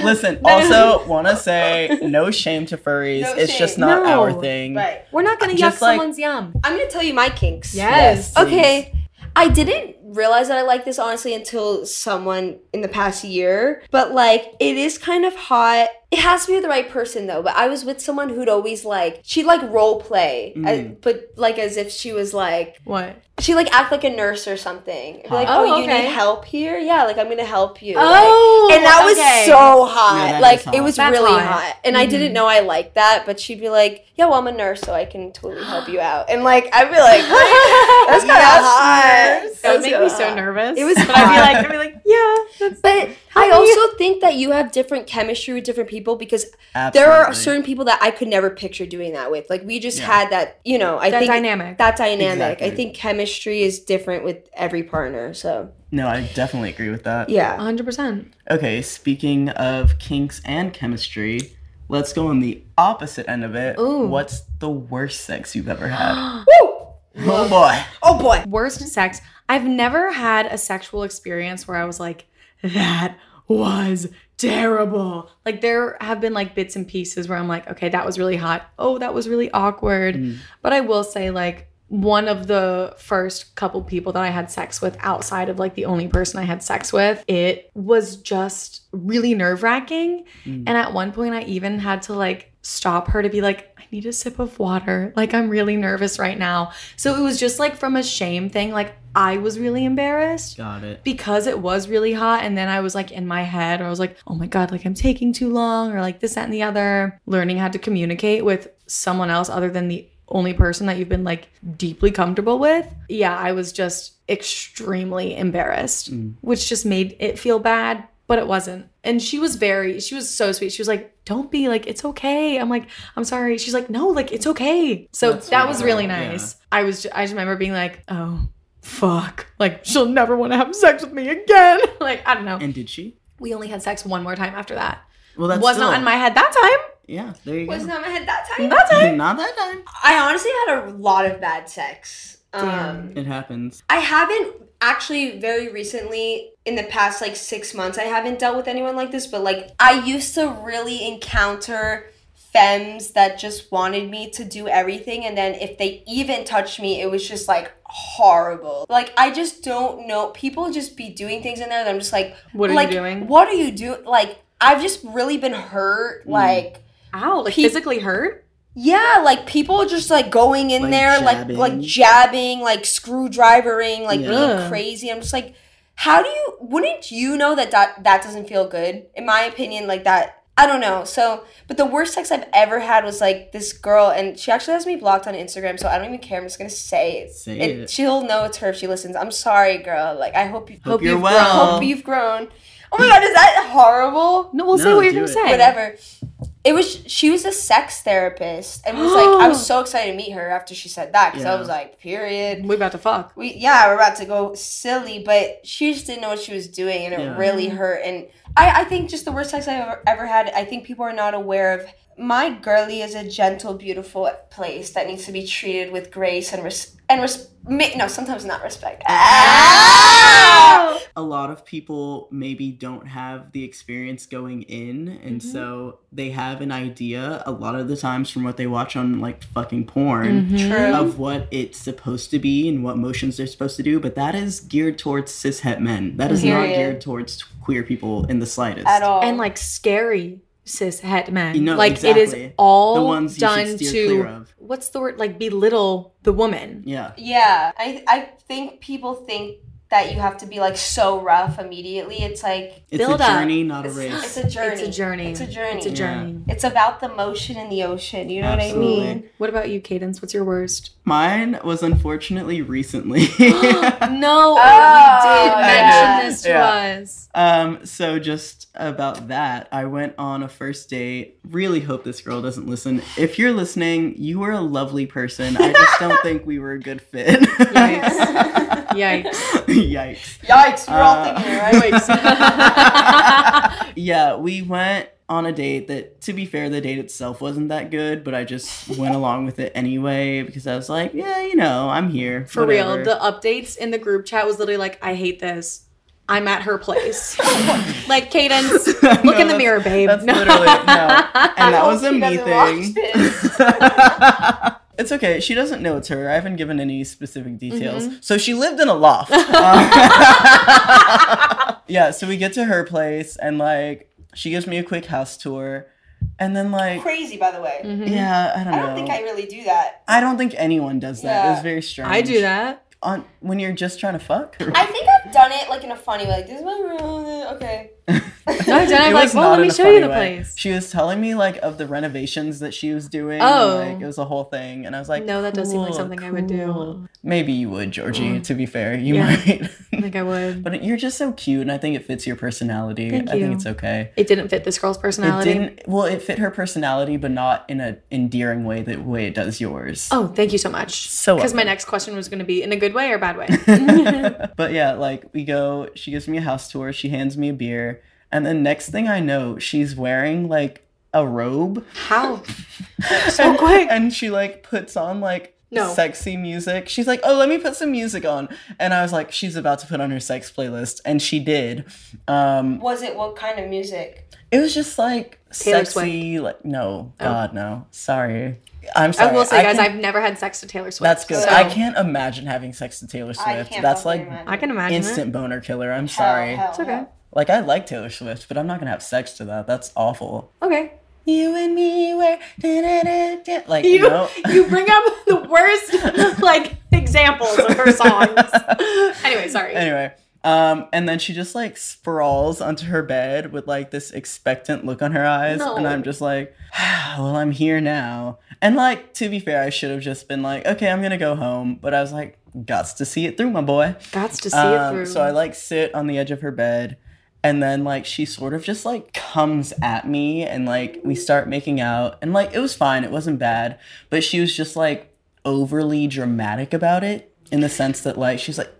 Speaker 6: Listen, also want to say no shame to furries.
Speaker 5: No
Speaker 6: it's just
Speaker 5: shame.
Speaker 6: not
Speaker 10: No.
Speaker 6: our thing.
Speaker 5: Right.
Speaker 10: We're not gonna
Speaker 6: Just
Speaker 10: yuck
Speaker 6: like-
Speaker 10: someone's yum.
Speaker 5: I'm gonna tell you my kinks.
Speaker 10: Yes.
Speaker 6: Yes.
Speaker 5: Okay. I didn't realize that I like this honestly until someone in the past year, but like it is kind of hot. It has to be the right person though. But I was with someone who'd always like she'd like role play, uh,
Speaker 2: Mm.
Speaker 5: but like as if she was like
Speaker 10: What?
Speaker 5: she would like act like a nurse or something. Be like,
Speaker 10: Huh.
Speaker 5: oh,
Speaker 10: Oh,
Speaker 5: you
Speaker 10: okay.
Speaker 5: need help here? Yeah, like I'm gonna help you.
Speaker 10: Oh,
Speaker 5: like, and that was
Speaker 10: okay.
Speaker 5: so hot.
Speaker 2: Yeah, that
Speaker 5: like
Speaker 2: is hot.
Speaker 5: it was
Speaker 10: That's
Speaker 5: really hot,
Speaker 10: hot. Mm-hmm.
Speaker 5: and I didn't know I liked that. But she'd be like, yeah, well I'm a nurse, so I can totally help you out. And like I'd be like,
Speaker 10: [laughs]
Speaker 5: what? that's kind of hot.
Speaker 10: That would
Speaker 5: That's
Speaker 10: make
Speaker 5: kinda
Speaker 10: me so
Speaker 5: hot.
Speaker 10: nervous.
Speaker 5: It was
Speaker 10: but I'd be
Speaker 5: hot.
Speaker 10: like, I'd be like, yeah. That's
Speaker 5: But I
Speaker 10: do you-
Speaker 5: also think that you have different chemistry with different people because
Speaker 6: Absolutely.
Speaker 5: there are certain people that I could never picture doing that with. Like we just
Speaker 2: Yeah.
Speaker 5: had that, you know. I
Speaker 10: that
Speaker 5: think
Speaker 10: dynamic.
Speaker 5: that dynamic.
Speaker 2: Exactly.
Speaker 5: I think chemistry is different with every partner. So
Speaker 6: No, I definitely agree with that.
Speaker 5: yeah,
Speaker 10: 100. percent
Speaker 6: Okay, speaking of kinks and chemistry, let's go on the opposite end of it.
Speaker 10: Ooh.
Speaker 6: What's the worst sex you've ever had?
Speaker 5: Woo!
Speaker 6: oh boy.
Speaker 5: oh boy,
Speaker 10: Worst sex. I've never had a sexual experience where I was like, that was terrible. Like there have been like bits and pieces where I'm like, okay, that was really hot. Oh, that was really awkward. But I will say like one of the first couple people that I had sex with outside of like the only person I had sex with, it was just really nerve wracking. And at one point, I even had to like stop her to be like, I need a sip of water. Like, I'm really nervous right now. So it was just like from a shame thing. Like, I was really embarrassed
Speaker 2: Got it.
Speaker 10: because it was really hot. And then I was like in my head, or I was like, oh my God, like I'm taking too long, or like this, that, and the other. Learning how to communicate with someone else other than the only person that you've been like deeply comfortable with. Yeah, I was just extremely embarrassed, which just made it feel bad, but it wasn't. And she was very, she was so sweet. She was like, don't be like, it's okay. I'm like, I'm sorry. She's like, no, like, it's okay. So that was really nice. I was, ju- I just remember being like, oh, fuck. Like, she'll never want to have sex with me
Speaker 4: [laughs]
Speaker 10: again. like, I don't know.
Speaker 2: And did she?
Speaker 10: we only had sex one more time after that.
Speaker 2: Well, that's
Speaker 10: was
Speaker 2: still,
Speaker 10: not in my head that time.
Speaker 2: Yeah, there you
Speaker 5: was
Speaker 2: go.
Speaker 5: not my head that time.
Speaker 10: That time.
Speaker 2: Not that time.
Speaker 5: I honestly had a lot of bad sex. Um,
Speaker 2: It happens.
Speaker 5: I haven't actually very recently in the past like six months. I haven't dealt with anyone like this, but like I used to really encounter femmes that just wanted me to do everything, and then if they even touched me, it was just like horrible. Like I just don't know. People just be doing things in there that I'm just like,
Speaker 10: What are you
Speaker 5: like,
Speaker 10: doing?
Speaker 5: What are you doing? Like I've just really been
Speaker 10: Mm.
Speaker 5: hurt. Like
Speaker 10: Ow, like
Speaker 5: Pe-
Speaker 10: physically hurt?
Speaker 5: yeah, like people just like going in
Speaker 2: Like
Speaker 5: there,
Speaker 2: jabbing.
Speaker 5: like like jabbing, like screwdrivering, like being
Speaker 10: Yeah.
Speaker 5: crazy. I'm just like, how do you? Wouldn't you know that that that doesn't feel good? In my opinion, like that I don't know. So, but the worst sex I've ever had was like this girl, and she actually has me blocked on Instagram, so I don't even care. I'm just gonna say it.
Speaker 6: Say it.
Speaker 5: She'll know it's her if she listens. I'm sorry, girl. Like I hope you
Speaker 6: Hope you're well.
Speaker 5: Hope you've grown. Oh my god, is that horrible?
Speaker 4: No, we'll say No, what you're do gonna it. say.
Speaker 5: Whatever. It was. She was a sex therapist, and was like, I
Speaker 3: [gasps]
Speaker 5: was so excited to meet her after she said that because I
Speaker 3: Yeah.
Speaker 5: was like, period.
Speaker 3: We about to fuck.
Speaker 5: We yeah, we're about to go silly, but she just didn't know what she was doing, and it
Speaker 3: Yeah.
Speaker 5: really hurt. And I, I think just the worst sex I've ever, ever had. I think people are not aware of. My girly is a gentle, beautiful place that needs to be treated with grace and res- and res- ma- no, sometimes not
Speaker 3: [laughs]
Speaker 5: respect. Ah!
Speaker 6: a lot of people maybe don't have the experience going in and
Speaker 5: Mm-hmm.
Speaker 6: so they have an idea a lot of the times from what they watch on like fucking porn
Speaker 10: Mm-hmm.
Speaker 5: Mhm. True.
Speaker 6: of what it's supposed to be and what motions they're supposed to do but that is geared towards cis het men that is not
Speaker 4: Period.
Speaker 6: geared towards queer people in the slightest
Speaker 5: all.
Speaker 4: And like scary cis het men.
Speaker 6: You know,
Speaker 4: like it is
Speaker 6: exactly.
Speaker 4: all
Speaker 6: The ones you should
Speaker 4: done
Speaker 6: steer
Speaker 4: to
Speaker 6: clear of.
Speaker 4: what's the word? Like belittle the woman.
Speaker 6: Yeah.
Speaker 5: Yeah, I I think people think that you have to be like so rough immediately. It's like
Speaker 6: It's a Build up. journey, not a race.
Speaker 5: It's a journey. It's a journey. It's a journey. It's a journey. It's about the motion in the ocean. You know what I mean?
Speaker 4: What about you, Cadence? What's your worst?
Speaker 6: mine was unfortunately
Speaker 5: [gasps]
Speaker 6: recently [laughs]
Speaker 4: No,
Speaker 5: Oh,
Speaker 4: you did
Speaker 6: yeah.
Speaker 4: mention this to
Speaker 6: Yeah.
Speaker 4: us.
Speaker 6: Um, so just about that, I went on a first date. Really hope this girl doesn't listen. If you're listening, you were a lovely person. I just don't think we were a good fit.
Speaker 4: Yikes.
Speaker 6: [laughs] Yikes.
Speaker 5: Yikes,
Speaker 6: we're all Uh, thinking, right?
Speaker 4: Yikes.
Speaker 6: Yeah, we went on a date that to be fair, the date itself wasn't that good, but I just went along with it anyway because I was like, Yeah, you know, I'm here.
Speaker 4: For
Speaker 6: whatever.
Speaker 4: real, the updates in the group chat was literally like, I hate this. I'm at
Speaker 6: [laughs]
Speaker 4: her place. like, Cadence, look in the mirror, babe. That's [laughs]
Speaker 6: literally, no. and that was a me thing. [laughs] it's okay. She doesn't know it's her. I haven't given any specific details.
Speaker 4: Mhm.
Speaker 6: So she lived in a loft. Uh, [laughs] yeah. So we get to her place, and like she gives me a quick house tour, and then like
Speaker 5: Crazy, by the way.
Speaker 6: Yeah, I don't
Speaker 5: I don't
Speaker 6: know.
Speaker 5: think I really do that.
Speaker 6: I don't think anyone does that. It was
Speaker 5: Yeah.
Speaker 6: very strange.
Speaker 4: I do that.
Speaker 6: on when you're just trying to fuck. [laughs]
Speaker 5: I think I've done it like in a funny way. Like this is my room. Okay.
Speaker 4: No, I've done it,
Speaker 6: It
Speaker 4: like,
Speaker 6: was
Speaker 4: well,
Speaker 6: not
Speaker 4: let
Speaker 6: in
Speaker 4: me
Speaker 6: a
Speaker 4: show you
Speaker 6: funny
Speaker 4: the
Speaker 6: way.
Speaker 4: place.
Speaker 6: She was telling me like of the renovations that she was doing.
Speaker 4: Oh.
Speaker 6: and, like it was a whole thing, and I was like,
Speaker 4: no, that does seem like
Speaker 6: "Cool,
Speaker 4: something I would do.
Speaker 6: Maybe you would, Georgie.
Speaker 4: Mm.
Speaker 6: To be fair, you
Speaker 4: Yeah. [laughs] Oh
Speaker 6: might.
Speaker 4: I think I would.
Speaker 6: But you're just so cute, and I think it fits your personality.
Speaker 4: Thank
Speaker 6: I think
Speaker 4: you.
Speaker 6: it's okay.
Speaker 4: It didn't fit this girl's personality.
Speaker 6: It didn't. Well, it fit her personality, but not in a endearing way. The way it does yours.
Speaker 4: Oh, [laughs] thank you so much.
Speaker 6: So
Speaker 4: because my
Speaker 6: welcome.
Speaker 4: next question was going to be in a good way or bad
Speaker 6: [laughs]
Speaker 4: way.
Speaker 6: [laughs] But yeah, like we go. She gives me a house tour. She hands me a beer, and the next thing I know, she's wearing like a robe.
Speaker 4: How?
Speaker 6: so quick. And she like puts on like
Speaker 4: No.
Speaker 6: sexy music. She's like, "Oh, let me put some music on." And I was like, "She's about to put on her sex playlist," and she did. Um,
Speaker 5: Was it what kind of music?
Speaker 6: it was just like
Speaker 4: Taylor
Speaker 6: sexy. Like no,
Speaker 4: Oh.
Speaker 6: God no. Sorry, I'm sorry.
Speaker 4: I will say, guys,
Speaker 6: can-
Speaker 4: I've never had sex to Taylor Swift.
Speaker 6: That's good.
Speaker 4: so-
Speaker 6: I can't imagine having sex to Taylor Swift.
Speaker 4: can't
Speaker 6: That's
Speaker 4: fucking
Speaker 6: like
Speaker 4: I can imagine it.
Speaker 6: instant boner killer. I'm sorry.
Speaker 4: it's okay.
Speaker 6: Like I like Taylor Swift, but I'm not gonna have sex to that. That's awful.
Speaker 4: Okay.
Speaker 6: You and me were da-da-da-da. like
Speaker 4: you.
Speaker 6: you know.
Speaker 4: you bring up
Speaker 6: [laughs]
Speaker 4: the worst like examples of
Speaker 6: [laughs]
Speaker 4: her songs. anyway, sorry.
Speaker 6: Anyway, um, and then she just like sprawls onto her bed with like this expectant look on her eyes, and
Speaker 4: No.
Speaker 6: I'm just like, [sighs] "Ah, well, I'm here now. And like to be fair, I should have just been like, okay, I'm gonna go home, but I was like, gots to see it through, my boy.
Speaker 4: Gots to see it
Speaker 6: Um,
Speaker 4: through.
Speaker 6: So I like sit on the edge of her bed, and then like she sort of just like comes at me, and like we start making out, and like it was fine, it wasn't bad, but she was just like overly dramatic about it in the sense that like she's like.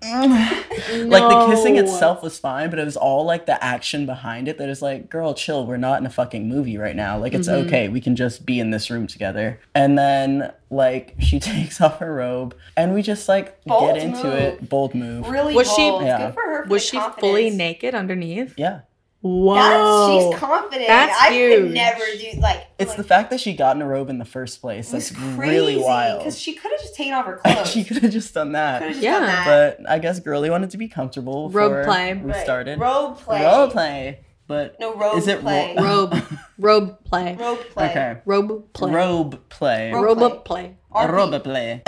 Speaker 6: Like the kissing
Speaker 4: No.
Speaker 6: itself was fine, but it was all like the action behind it that is like, girl, chill. We're not in a fucking movie right now. Like it's
Speaker 4: Mhm.
Speaker 6: okay. We can just be in this room together. And then like she [laughs] takes off her robe and we just like
Speaker 4: Bold
Speaker 6: get into
Speaker 4: move.
Speaker 6: it. Bold move.
Speaker 4: was she
Speaker 6: Yeah.
Speaker 4: was she fully naked underneath?
Speaker 6: Yeah.
Speaker 4: Whoa.
Speaker 5: She's confident.
Speaker 4: That's
Speaker 5: I
Speaker 4: huge.
Speaker 5: could never do like
Speaker 6: It's the fact that she got in a robe in the first place. That's really wild. [laughs]
Speaker 5: because she could have just taken off her clothes.
Speaker 6: She could have just done that.
Speaker 5: Could've just done Yeah. that.
Speaker 6: But I guess girly wanted to be comfortable.
Speaker 4: Robe
Speaker 6: before
Speaker 4: play.
Speaker 6: We
Speaker 4: Right.
Speaker 6: started.
Speaker 5: Robe play.
Speaker 6: Robe play. But
Speaker 5: No, robe
Speaker 6: is it ro- [laughs]
Speaker 5: play.
Speaker 4: robe robe play.
Speaker 5: Robe play.
Speaker 6: Okay.
Speaker 4: Robe play.
Speaker 6: Robe play.
Speaker 4: Robe play.
Speaker 6: Robe play.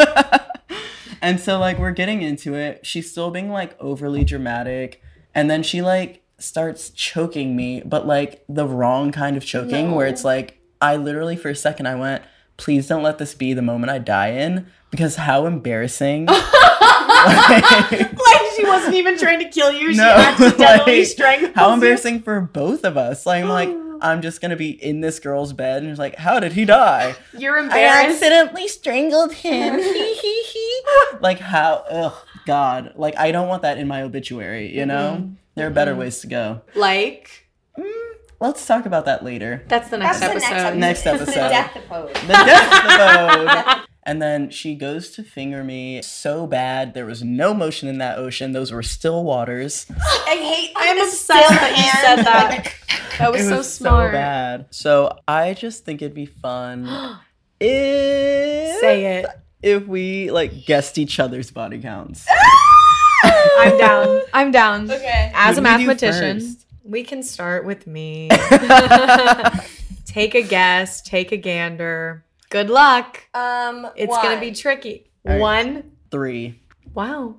Speaker 6: [laughs] and so like we're getting into it. She's still being like overly dramatic. And then she like starts choking me, but like the wrong kind of choking where
Speaker 2: No.
Speaker 6: it's like I literally for a second I went, please don't let this be the moment I die in because
Speaker 3: [laughs]
Speaker 6: how embarrassing.
Speaker 3: like she wasn't even trying to kill you. She
Speaker 6: No,
Speaker 3: accidentally
Speaker 6: [laughs] like,
Speaker 3: strangled
Speaker 6: How
Speaker 3: you.
Speaker 6: embarrassing for both of us. Like
Speaker 3: [gasps]
Speaker 6: I'm like I'm just gonna be in this girl's bed and it's like, how did he die?
Speaker 3: You're embarrassed.
Speaker 6: accidentally strangled [laughs] him. Hee hee hee. [laughs] like how ugh god like i don't want that in my obituary you know there are better ways to go
Speaker 3: Like
Speaker 6: let's talk about that later
Speaker 3: that's the next
Speaker 6: That's the next
Speaker 3: episode.
Speaker 6: episode. Next episode. The
Speaker 5: [laughs]
Speaker 6: death
Speaker 5: episode.
Speaker 6: the death mode and then she goes to finger me so bad there was no motion in that ocean those were still waters
Speaker 5: I hate.
Speaker 3: I'm obsessed that you said that. That was,
Speaker 6: It
Speaker 3: so smart.
Speaker 6: so bad so i just think it'd be fun if
Speaker 4: Say it.
Speaker 6: if we like guessed each other's body counts [laughs]
Speaker 4: I'm down. I'm down.
Speaker 3: Okay.
Speaker 6: [laughs]
Speaker 4: As a
Speaker 6: What do we do
Speaker 4: mathematician,
Speaker 6: first?
Speaker 10: We can start with me. take a guess, take a gander. Good luck.
Speaker 5: Um,
Speaker 10: It's
Speaker 5: why?
Speaker 10: gonna be tricky.
Speaker 6: All right.
Speaker 10: One.
Speaker 6: three
Speaker 10: Wow.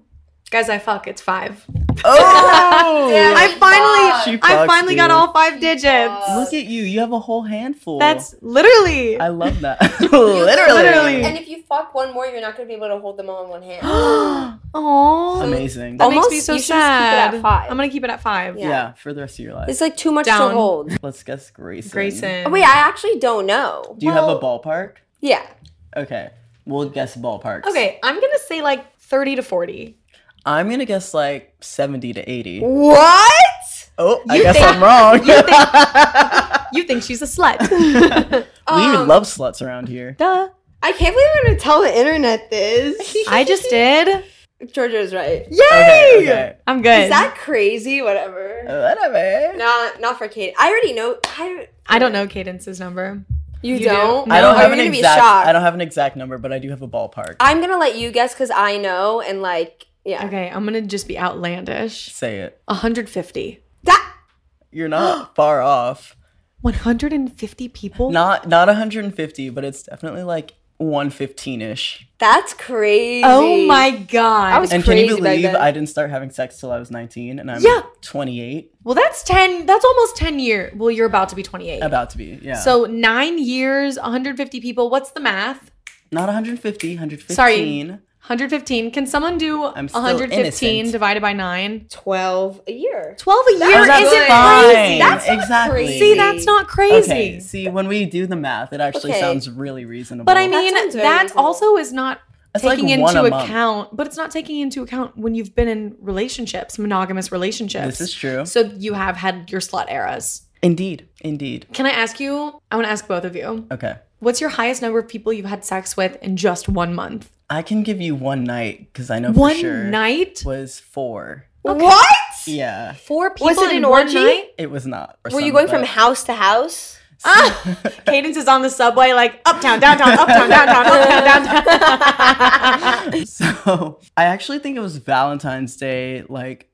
Speaker 10: Guys, I fuck. It's five.
Speaker 6: Oh!
Speaker 10: I
Speaker 6: She
Speaker 10: finally, I
Speaker 6: fucked
Speaker 10: finally got
Speaker 6: you.
Speaker 10: all five digits.
Speaker 6: Look at you. You have a whole handful.
Speaker 10: That's literally.
Speaker 6: I love that. [laughs] literally.
Speaker 5: And if you fuck one more, you're not gonna be able to hold them all in one hand.
Speaker 10: Oh,
Speaker 6: Amazing.
Speaker 10: that
Speaker 5: Almost-
Speaker 10: makes me so
Speaker 5: you should just keep it
Speaker 10: sad.
Speaker 5: at five.
Speaker 10: I'm gonna keep it at five.
Speaker 6: yeah.
Speaker 5: Yeah.
Speaker 6: for the rest of your life.
Speaker 5: It's like too much
Speaker 10: Down.
Speaker 5: to hold. Oh,
Speaker 6: Let's guess Grayson.
Speaker 10: Grayson.
Speaker 5: Wait, I actually don't know.
Speaker 6: Do you have a ballpark?
Speaker 5: Yeah.
Speaker 6: Okay. We'll guess ballparks.
Speaker 10: Okay, I'm gonna say like 30 to 40.
Speaker 6: I'm going to guess like 70 to 80.
Speaker 5: What?
Speaker 6: Oh, I guess I'm wrong.
Speaker 10: You think she's a slut?
Speaker 6: [laughs]
Speaker 10: [laughs]
Speaker 6: we love sluts around here.
Speaker 10: Duh.
Speaker 5: I can't believe I'm gonna tell the internet this.
Speaker 10: I just did.
Speaker 5: Georgia's right.
Speaker 10: Yay!
Speaker 6: Okay, okay.
Speaker 10: I'm good.
Speaker 5: Is that crazy? Whatever.
Speaker 6: Whatever.
Speaker 5: Not not for Kate. I already know. I,
Speaker 10: I don't know Cadence's number.
Speaker 5: You,
Speaker 10: You
Speaker 5: don't.
Speaker 10: do.
Speaker 6: I don't
Speaker 5: Oh,
Speaker 6: have
Speaker 5: you're
Speaker 6: an
Speaker 5: gonna be
Speaker 6: exact
Speaker 5: shocked.
Speaker 6: I don't have an exact number, but I do have a ballpark.
Speaker 5: I'm gonna let you guess because I know and like yeah.
Speaker 10: Okay, I'm gonna just be outlandish.
Speaker 6: Say it.
Speaker 10: 150.
Speaker 5: That
Speaker 6: You're not far off.
Speaker 10: 150 people?
Speaker 6: Not not 150, but it's definitely like 115ish.
Speaker 5: that's crazy.
Speaker 10: Oh my god.
Speaker 5: I was-
Speaker 6: And can you
Speaker 5: crazy back
Speaker 6: believe
Speaker 5: then.
Speaker 6: I didn't start having sex till I was 19 and I'm
Speaker 10: Yeah.
Speaker 6: 28,
Speaker 10: well, that's 10. That's almost 10 year. Well, you're about to be 28.
Speaker 6: about to be. Yeah.
Speaker 10: So 9 years, 150 people. What's the math?
Speaker 6: not 150, 115.
Speaker 10: Sorry. 115. Can someone do
Speaker 6: I'm still
Speaker 10: 115
Speaker 6: innocent.
Speaker 10: divided by 9?
Speaker 5: Twelve a year.
Speaker 10: 12 a year
Speaker 6: That's
Speaker 10: isn't
Speaker 6: fine.
Speaker 10: crazy. That's
Speaker 5: not
Speaker 6: exactly.
Speaker 5: crazy.
Speaker 10: See, that's not crazy.
Speaker 6: Okay. See, when we do the math, it actually
Speaker 5: Okay.
Speaker 6: sounds really reasonable.
Speaker 10: But I mean,
Speaker 5: sounds
Speaker 10: that,
Speaker 5: very reasonable.
Speaker 10: also is not
Speaker 6: That's like
Speaker 10: taking
Speaker 6: one
Speaker 10: into
Speaker 6: a month.
Speaker 10: account. But it's not taking into account when you've been in relationships, monogamous relationships.
Speaker 6: this is true.
Speaker 10: so you have had your slut eras.
Speaker 6: Indeed. Indeed.
Speaker 10: Can I ask you? I want to ask both of you.
Speaker 6: Okay.
Speaker 10: What's your highest number of people you've had sex with in just one month?
Speaker 6: I can give you one night because I know
Speaker 10: one
Speaker 6: for sure
Speaker 10: night?
Speaker 6: was four.
Speaker 5: What?
Speaker 6: Yeah,
Speaker 10: Four people
Speaker 5: Was it
Speaker 10: in
Speaker 5: an
Speaker 10: one
Speaker 5: orgy?
Speaker 10: night?
Speaker 6: it was not. or
Speaker 5: Were you
Speaker 6: some,
Speaker 5: going from
Speaker 6: but-
Speaker 5: house to house?
Speaker 10: Cadence is on the subway, like uptown, downtown, uptown, downtown, uptown, [laughs] downtown.
Speaker 6: [laughs] so I actually think it was Valentine's Day, like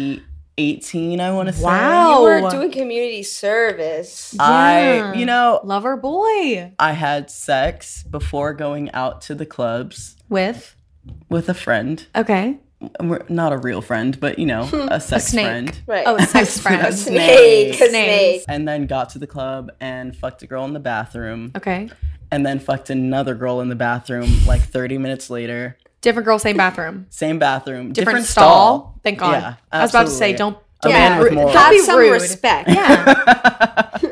Speaker 6: 2018. I want to say.
Speaker 10: Wow.
Speaker 5: You
Speaker 10: Oh.
Speaker 5: were doing community service.
Speaker 6: I,
Speaker 10: Yeah.
Speaker 6: you know,
Speaker 10: Lover boy
Speaker 6: I had sex before going out to the clubs
Speaker 10: with
Speaker 6: with a friend.
Speaker 10: okay
Speaker 6: We're- Not a real friend, but you know, a sex
Speaker 10: Hmm, snake.
Speaker 6: friend.
Speaker 5: Right.
Speaker 10: oh sex
Speaker 6: A
Speaker 10: friends
Speaker 6: snake.
Speaker 5: snake. Snake.
Speaker 10: Snakes.
Speaker 6: And then got to the club and fucked a girl in the bathroom,
Speaker 10: okay
Speaker 6: and then fucked another girl in the bathroom like 30 minutes later.
Speaker 10: different girl same bathroom
Speaker 6: Same bathroom, different,
Speaker 10: different,
Speaker 6: stall.
Speaker 10: stall. Thank God.
Speaker 6: Yeah,
Speaker 10: I was about to say,
Speaker 6: absolutely.
Speaker 10: don't.
Speaker 6: A
Speaker 10: don't
Speaker 6: man
Speaker 10: be
Speaker 6: with
Speaker 10: rude.
Speaker 6: morals.
Speaker 10: Don't
Speaker 5: Have
Speaker 10: be
Speaker 5: some
Speaker 10: rude.
Speaker 5: respect.
Speaker 10: Yeah.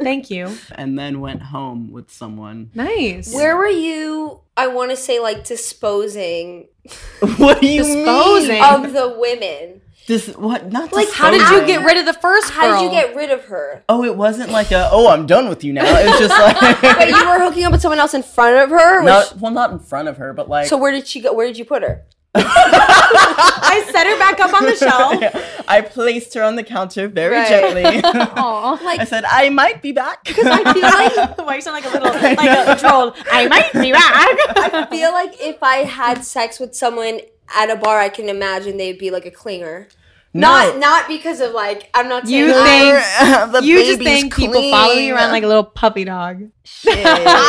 Speaker 10: Thank you.
Speaker 6: and then went home with someone.
Speaker 10: Nice.
Speaker 5: Where were you? I want to say like disposing
Speaker 6: [laughs] what do you
Speaker 10: Disposing.
Speaker 6: mean?
Speaker 5: of the women.
Speaker 6: This what? Not
Speaker 5: Like,
Speaker 10: How did you
Speaker 6: disposing.
Speaker 10: get rid of the first
Speaker 5: How did you
Speaker 10: girl?
Speaker 5: get rid of her?
Speaker 6: Oh, it wasn't like a. Oh, I'm done with you now. It was just like. [laughs]
Speaker 10: [laughs]
Speaker 5: Wait, you were hooking up with someone else in front of her. Was
Speaker 6: not, well, not in front of her, but like.
Speaker 5: she- so where did she go? Where did you put her?
Speaker 10: I set her back up on
Speaker 6: [laughs]
Speaker 10: the shelf.
Speaker 6: Yeah. [laughs] I placed her on the counter very
Speaker 5: Right.
Speaker 10: [laughs]
Speaker 6: gently. [laughs]
Speaker 5: Oh,
Speaker 10: Aw.
Speaker 6: I said, I might be
Speaker 10: [laughs]
Speaker 6: back. [laughs]
Speaker 5: I feel like
Speaker 10: Why you sound like a little like a troll? I might be back.
Speaker 5: I feel like if I had sex with someone at a bar, I can imagine they'd be like a clinger. Not not because of like I'm not saying
Speaker 10: You
Speaker 5: I-
Speaker 10: think
Speaker 6: The
Speaker 10: you just
Speaker 6: baby's
Speaker 10: think people follow you around like a little puppy dog?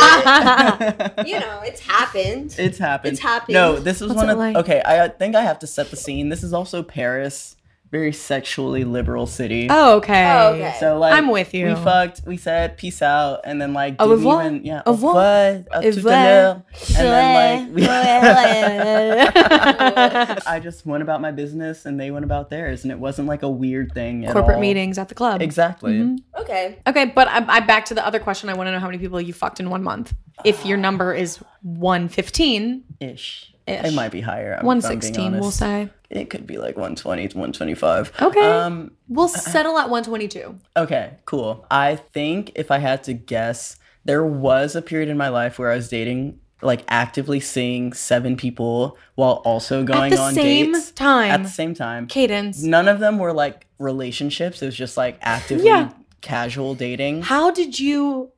Speaker 6: [laughs] clean.
Speaker 5: you know it's happened.
Speaker 6: It's happened.
Speaker 5: It's happened.
Speaker 6: No, this was
Speaker 10: What's
Speaker 6: one
Speaker 10: it
Speaker 6: of
Speaker 10: like?
Speaker 6: okay. I uh, think I have to set the scene. This is also Paris. very sexually liberal city.
Speaker 10: Oh, okay. Oh, okay.
Speaker 6: So like
Speaker 10: I'm with you.
Speaker 6: We fucked, we said peace out, and then like
Speaker 10: Au
Speaker 6: didn't
Speaker 10: revoir.
Speaker 6: even yeah,
Speaker 10: Au
Speaker 6: au
Speaker 10: revoir.
Speaker 6: revoir, à
Speaker 10: Au
Speaker 6: tout à
Speaker 10: revoir.
Speaker 6: l'heure. And then Oh, [laughs]
Speaker 10: like
Speaker 6: we, I just went about my business and they went about theirs and it wasn't like a weird thing. at
Speaker 10: [laughs] Corporate
Speaker 6: all.
Speaker 10: meetings at the club.
Speaker 6: Exactly.
Speaker 10: Mhm.
Speaker 11: Okay.
Speaker 10: Okay, but I, I back to the other question. I want to know how many people you fucked in one month. If your number is 115,
Speaker 6: Ish.
Speaker 10: Ish.
Speaker 6: It might be higher. I'm- if I'm being
Speaker 10: 116, we'll
Speaker 6: honest.
Speaker 10: say.
Speaker 6: It could be like 120 to 125.
Speaker 10: Okay.
Speaker 6: Um,
Speaker 10: we'll settle at 122.
Speaker 6: Okay, cool. I think if I had to guess, there was a period in my life where I was dating, like actively seeing seven people while also going
Speaker 10: the
Speaker 6: on
Speaker 10: same
Speaker 6: dates
Speaker 10: time.
Speaker 6: At the same time.
Speaker 10: Cadence.
Speaker 6: None of them were like relationships. It was just like actively
Speaker 10: Yeah.
Speaker 6: casual dating.
Speaker 10: How did you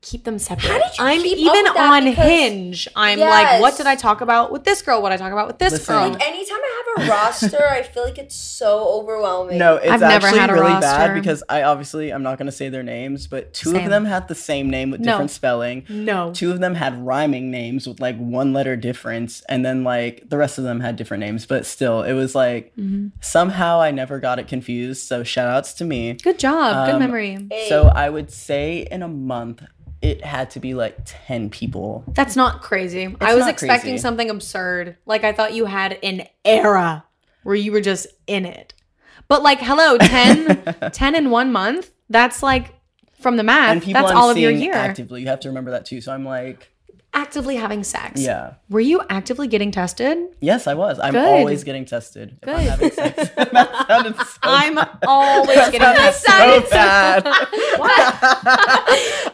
Speaker 10: keep them separate? How did
Speaker 11: you
Speaker 10: I'm
Speaker 11: keep up
Speaker 10: even
Speaker 11: with that?
Speaker 10: on
Speaker 11: Because-
Speaker 10: Hinge. I'm like,
Speaker 11: Yes.
Speaker 10: what did I talk about with this girl? What did I talk about with this
Speaker 6: Listen.
Speaker 10: girl?
Speaker 6: Like,
Speaker 11: Anytime I
Speaker 6: [laughs]
Speaker 11: have a roster, I feel like it's so overwhelming.
Speaker 6: No, it's
Speaker 10: I've never
Speaker 6: actually
Speaker 10: had a
Speaker 6: really
Speaker 10: roster.
Speaker 6: bad because I obviously I'm not gonna say their names, but two
Speaker 10: Same.
Speaker 6: of them had the same name with
Speaker 10: No.
Speaker 6: different spelling.
Speaker 10: No.
Speaker 6: Two of them had rhyming names with like one letter difference, and then like the rest of them had different names, but still it was like
Speaker 10: Mm-hmm.
Speaker 6: somehow I never got it confused. So shout outs to me.
Speaker 10: Good job. Good
Speaker 6: Um,
Speaker 10: memory.
Speaker 6: So I would say in a month it had to be like ten people.
Speaker 10: That's not crazy. I was
Speaker 6: not
Speaker 10: expecting
Speaker 6: crazy.
Speaker 10: something absurd. Like I thought you had an era where you were just in it. But like,
Speaker 6: [laughs]
Speaker 10: hello, 10, 10 in one month. That's like from the math.
Speaker 6: and people
Speaker 10: That's
Speaker 6: I'm
Speaker 10: all of your
Speaker 6: seeing
Speaker 10: year.
Speaker 6: actively. You have to remember that too. So I'm like,
Speaker 10: actively having sex.
Speaker 6: yeah.
Speaker 10: Were you actively
Speaker 6: [laughs]
Speaker 10: getting tested?
Speaker 6: Yes, I was. I'm
Speaker 10: Good.
Speaker 6: always getting tested. If I'm
Speaker 10: Good.
Speaker 6: having sex. [laughs] that sounded so
Speaker 10: I'm always getting tested.
Speaker 6: so
Speaker 10: [laughs]
Speaker 6: bad.
Speaker 11: no,
Speaker 6: [laughs]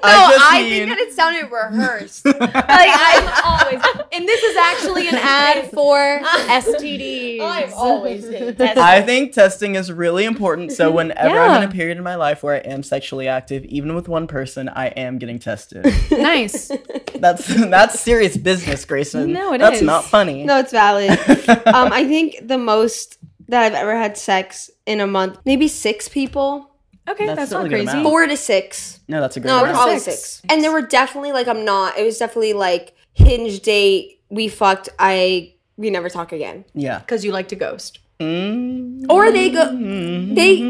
Speaker 6: I just
Speaker 11: I
Speaker 6: mean-
Speaker 11: think that it sounded rehearsed.
Speaker 10: Like
Speaker 6: [laughs]
Speaker 10: I'm always, and this is actually an ad for STDs.
Speaker 11: I'm always getting tested.
Speaker 6: I think testing is really important. So
Speaker 5: Mm-hmm.
Speaker 6: whenever I'm
Speaker 10: Yeah.
Speaker 6: in a period in my life where I am sexually active, even with one person, I am getting tested.
Speaker 10: nice.
Speaker 6: that's [laughs] that's serious business, Grayson.
Speaker 10: No,
Speaker 6: it
Speaker 10: it
Speaker 6: is. that's
Speaker 10: is.
Speaker 6: not funny.
Speaker 5: No, it's
Speaker 6: [laughs]
Speaker 5: valid. um, I think the most that I've ever had sex in a month, maybe six people,
Speaker 10: Okay, that's,
Speaker 6: That's still
Speaker 10: not
Speaker 6: a good
Speaker 10: crazy.
Speaker 6: amount.
Speaker 5: four to six.
Speaker 6: No, that's a great.
Speaker 5: No,
Speaker 6: amount.
Speaker 5: probably
Speaker 10: six.
Speaker 5: six. And there were definitely like I'm not. It was definitely like hinge date. We fucked. I we never talk again.
Speaker 6: yeah.
Speaker 10: Because you like to ghost.
Speaker 6: Mm.
Speaker 5: Or they go. They.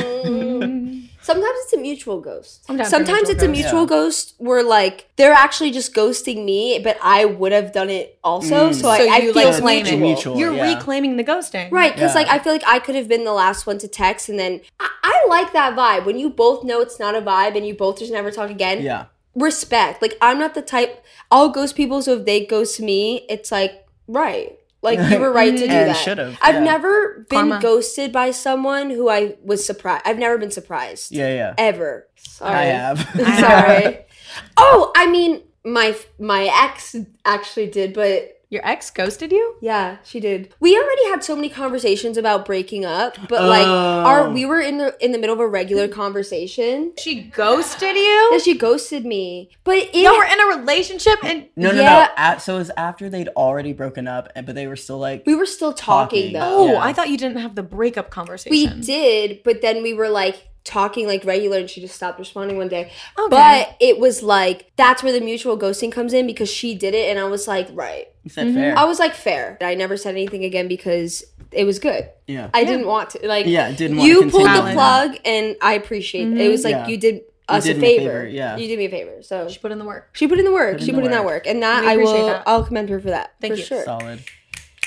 Speaker 5: [laughs] Mhm. Sometimes it's a mutual ghost.
Speaker 10: I'm down for
Speaker 5: Sometimes
Speaker 10: mutual
Speaker 5: it's a
Speaker 10: ghost.
Speaker 5: mutual ghost where like they're actually just ghosting me, but I would have done it also.
Speaker 6: Mm.
Speaker 5: So, I,
Speaker 10: So
Speaker 5: I
Speaker 10: you,
Speaker 5: feel
Speaker 10: like,
Speaker 5: it's
Speaker 10: blame it.
Speaker 5: mutual.
Speaker 6: Mutual.
Speaker 10: You're
Speaker 6: yeah.
Speaker 10: reclaiming the ghosting.
Speaker 5: Right, because
Speaker 6: Yeah.
Speaker 5: like I feel like I could have been the last one to text, and then I, I like that vibe when you both know it's not a vibe and you both just never talk again.
Speaker 6: Yeah.
Speaker 5: respect. Like I'm not the type. I'll ghost people, so if they ghost me, it's like right. Like you were
Speaker 6: [laughs]
Speaker 5: right to do
Speaker 6: And
Speaker 5: that.
Speaker 6: should've,
Speaker 5: I've
Speaker 6: yeah.
Speaker 5: never been
Speaker 10: Karma.
Speaker 5: ghosted by someone who I was surprised. I've never been surprised
Speaker 6: Yeah. Yeah.
Speaker 5: ever. Sorry.
Speaker 6: I
Speaker 5: [laughs]
Speaker 6: have. [laughs]
Speaker 5: Sorry. oh, I mean, my my ex actually did, but
Speaker 10: Your ex ghosted you?
Speaker 5: yeah, she did. We already had so many conversations about breaking up, but like our
Speaker 6: Oh.
Speaker 5: we were in the in the middle of a regular conversation.
Speaker 10: She ghosted
Speaker 5: And
Speaker 10: you?
Speaker 5: she ghosted me. But it
Speaker 10: Y'all were in a relationship and
Speaker 6: No, no,
Speaker 5: Yeah.
Speaker 6: no. At, so it was after they'd already broken up, and but they were still like,
Speaker 5: we were still
Speaker 6: Talking.
Speaker 5: talking, though.
Speaker 10: Oh,
Speaker 6: Yeah.
Speaker 10: I thought you didn't have the breakup
Speaker 5: We
Speaker 10: conversation.
Speaker 5: did, but then we were like talking like regular and she just stopped responding one day.
Speaker 10: Okay.
Speaker 5: But it was like that's where the mutual ghosting comes in because she did it and I was like, right.
Speaker 6: "Is that fair?"
Speaker 5: I was like fair. I never said anything again because it was good.
Speaker 6: yeah.
Speaker 5: I didn't want to like
Speaker 6: Yeah, didn't want to
Speaker 5: you pulled the
Speaker 6: continue. Mm-hmm.
Speaker 5: plug and I appreciate it. It was like
Speaker 6: Yeah.
Speaker 5: you did us
Speaker 6: did
Speaker 5: a,
Speaker 6: me a
Speaker 5: favor.
Speaker 6: favor, yeah.
Speaker 5: You did me a favor. So
Speaker 10: She put in the work.
Speaker 5: she put in the work.
Speaker 6: Put in
Speaker 5: she
Speaker 6: the
Speaker 5: put in that
Speaker 6: work.
Speaker 5: work. And that
Speaker 10: We
Speaker 5: I
Speaker 10: appreciate
Speaker 5: will
Speaker 10: that.
Speaker 5: I'll commend her for that.
Speaker 10: Thank
Speaker 5: for
Speaker 10: you.
Speaker 5: Sure.
Speaker 6: Solid.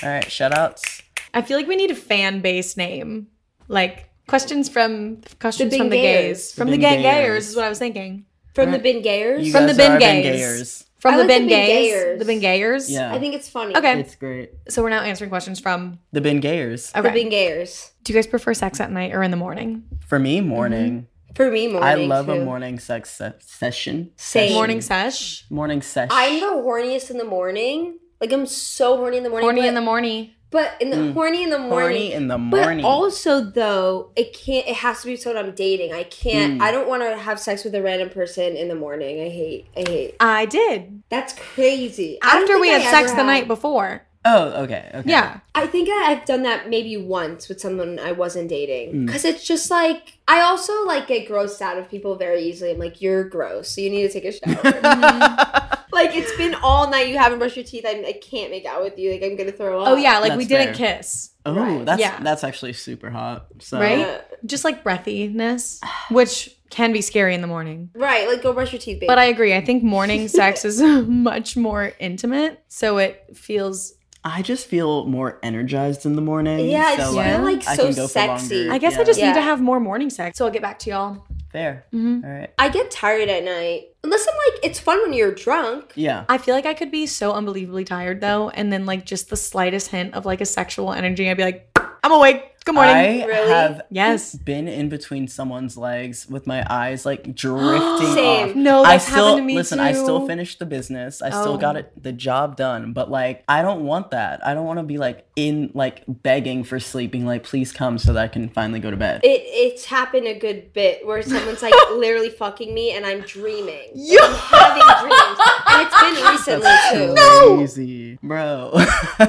Speaker 6: All right. Shout outs.
Speaker 10: I feel like we need a fan base name. Like questions from questions from the gays.
Speaker 5: Bingayers.
Speaker 10: From the
Speaker 6: Bingayers.
Speaker 10: gang gayers is what I was thinking.
Speaker 5: From the bin gayers.
Speaker 6: You
Speaker 10: From the
Speaker 6: guys are
Speaker 10: Bingayers.
Speaker 6: Bingayers.
Speaker 10: From
Speaker 5: I
Speaker 10: the
Speaker 5: like the
Speaker 10: Ben Gays.
Speaker 5: Bingayers.
Speaker 10: The Ben Gayers.
Speaker 6: Yeah.
Speaker 5: I think it's funny.
Speaker 10: Okay.
Speaker 6: It's great.
Speaker 10: So we're now answering questions from
Speaker 6: The Bengayers.
Speaker 5: The
Speaker 10: okay.
Speaker 5: bin gayers.
Speaker 10: Do you guys prefer sex at night or in the morning?
Speaker 6: For me,
Speaker 5: Mm-hmm.
Speaker 6: morning.
Speaker 5: For me, morning.
Speaker 6: I love
Speaker 5: too.
Speaker 6: a morning sex se- session.
Speaker 5: Same.
Speaker 10: Morning sesh.
Speaker 6: Morning session.
Speaker 5: I'm the horniest in the morning. Like I'm so horny in the morning.
Speaker 10: Horny
Speaker 5: but,
Speaker 10: in the morning.
Speaker 5: but in the
Speaker 6: Mm.
Speaker 5: horny in the morning.
Speaker 6: horny in the
Speaker 5: but
Speaker 6: morning.
Speaker 5: also though, it can't. It has to be someone I'm dating. I
Speaker 6: Mm.
Speaker 5: can't. I don't want to have sex with a random person in the morning. I hate. I hate.
Speaker 10: I did.
Speaker 5: That's crazy. I don't
Speaker 10: After we
Speaker 5: think
Speaker 10: had
Speaker 5: I
Speaker 10: sex
Speaker 5: ever have.
Speaker 10: the night before.
Speaker 6: oh, okay. Okay. [laughs]
Speaker 10: Yeah.
Speaker 5: I think I- I've done that maybe once with someone I wasn't dating.
Speaker 6: Mm.
Speaker 5: Because it's just like, I also like get grossed out of people very easily. I'm like, you're gross, so you need to take a shower. like it's been all night. You haven't brushed your teeth. I'm, I can't make out with you. Like I'm gonna throw up.
Speaker 1: Oh yeah, like we
Speaker 6: That's
Speaker 1: didn't
Speaker 6: fair.
Speaker 1: kiss.
Speaker 6: Oh, that's
Speaker 1: Yeah.
Speaker 6: that's actually super hot. So
Speaker 5: Uh,
Speaker 1: Right? Just like breathiness, which can be scary in the morning.
Speaker 5: Right, like go brush your teeth, baby.
Speaker 4: But I agree. I think morning sex is [laughs] much more intimate, so it feels.
Speaker 6: I just feel more energized in the morning.
Speaker 4: Yeah, I
Speaker 6: so
Speaker 4: just
Speaker 6: like,
Speaker 4: feel,
Speaker 5: like,
Speaker 6: I
Speaker 5: so
Speaker 6: can go for longer.
Speaker 5: sexy.
Speaker 4: I guess I
Speaker 6: Yeah.
Speaker 4: just need to
Speaker 5: Yeah.
Speaker 4: have more morning sex. So I'll get back to y'all.
Speaker 6: fair.
Speaker 4: Mhm.
Speaker 6: All right.
Speaker 5: I get tired at night. Unless I'm like, it's fun when you're drunk.
Speaker 6: Yeah.
Speaker 4: I feel like I could be so unbelievably tired though, and then like just the slightest hint of like a sexual energy, I'd be like, I'm awake. Good morning.
Speaker 6: I have
Speaker 4: yes
Speaker 6: been in between someone's legs with my eyes like drifting
Speaker 4: Same.
Speaker 6: off.
Speaker 4: No,
Speaker 6: I
Speaker 4: that's
Speaker 6: still
Speaker 4: happened to me
Speaker 6: listen. I
Speaker 4: too.
Speaker 6: still finished the business. I
Speaker 4: Oh.
Speaker 6: still got it the job done. But like, I don't want that. I don't want to be like in like begging for sleeping. Like, please come so that I can finally go to bed.
Speaker 5: It it's happened a good bit where someone's like literally fucking me and I'm dreaming.
Speaker 6: You-
Speaker 5: I'm having dreams. And it's been recently too.
Speaker 6: crazy, bro. [laughs]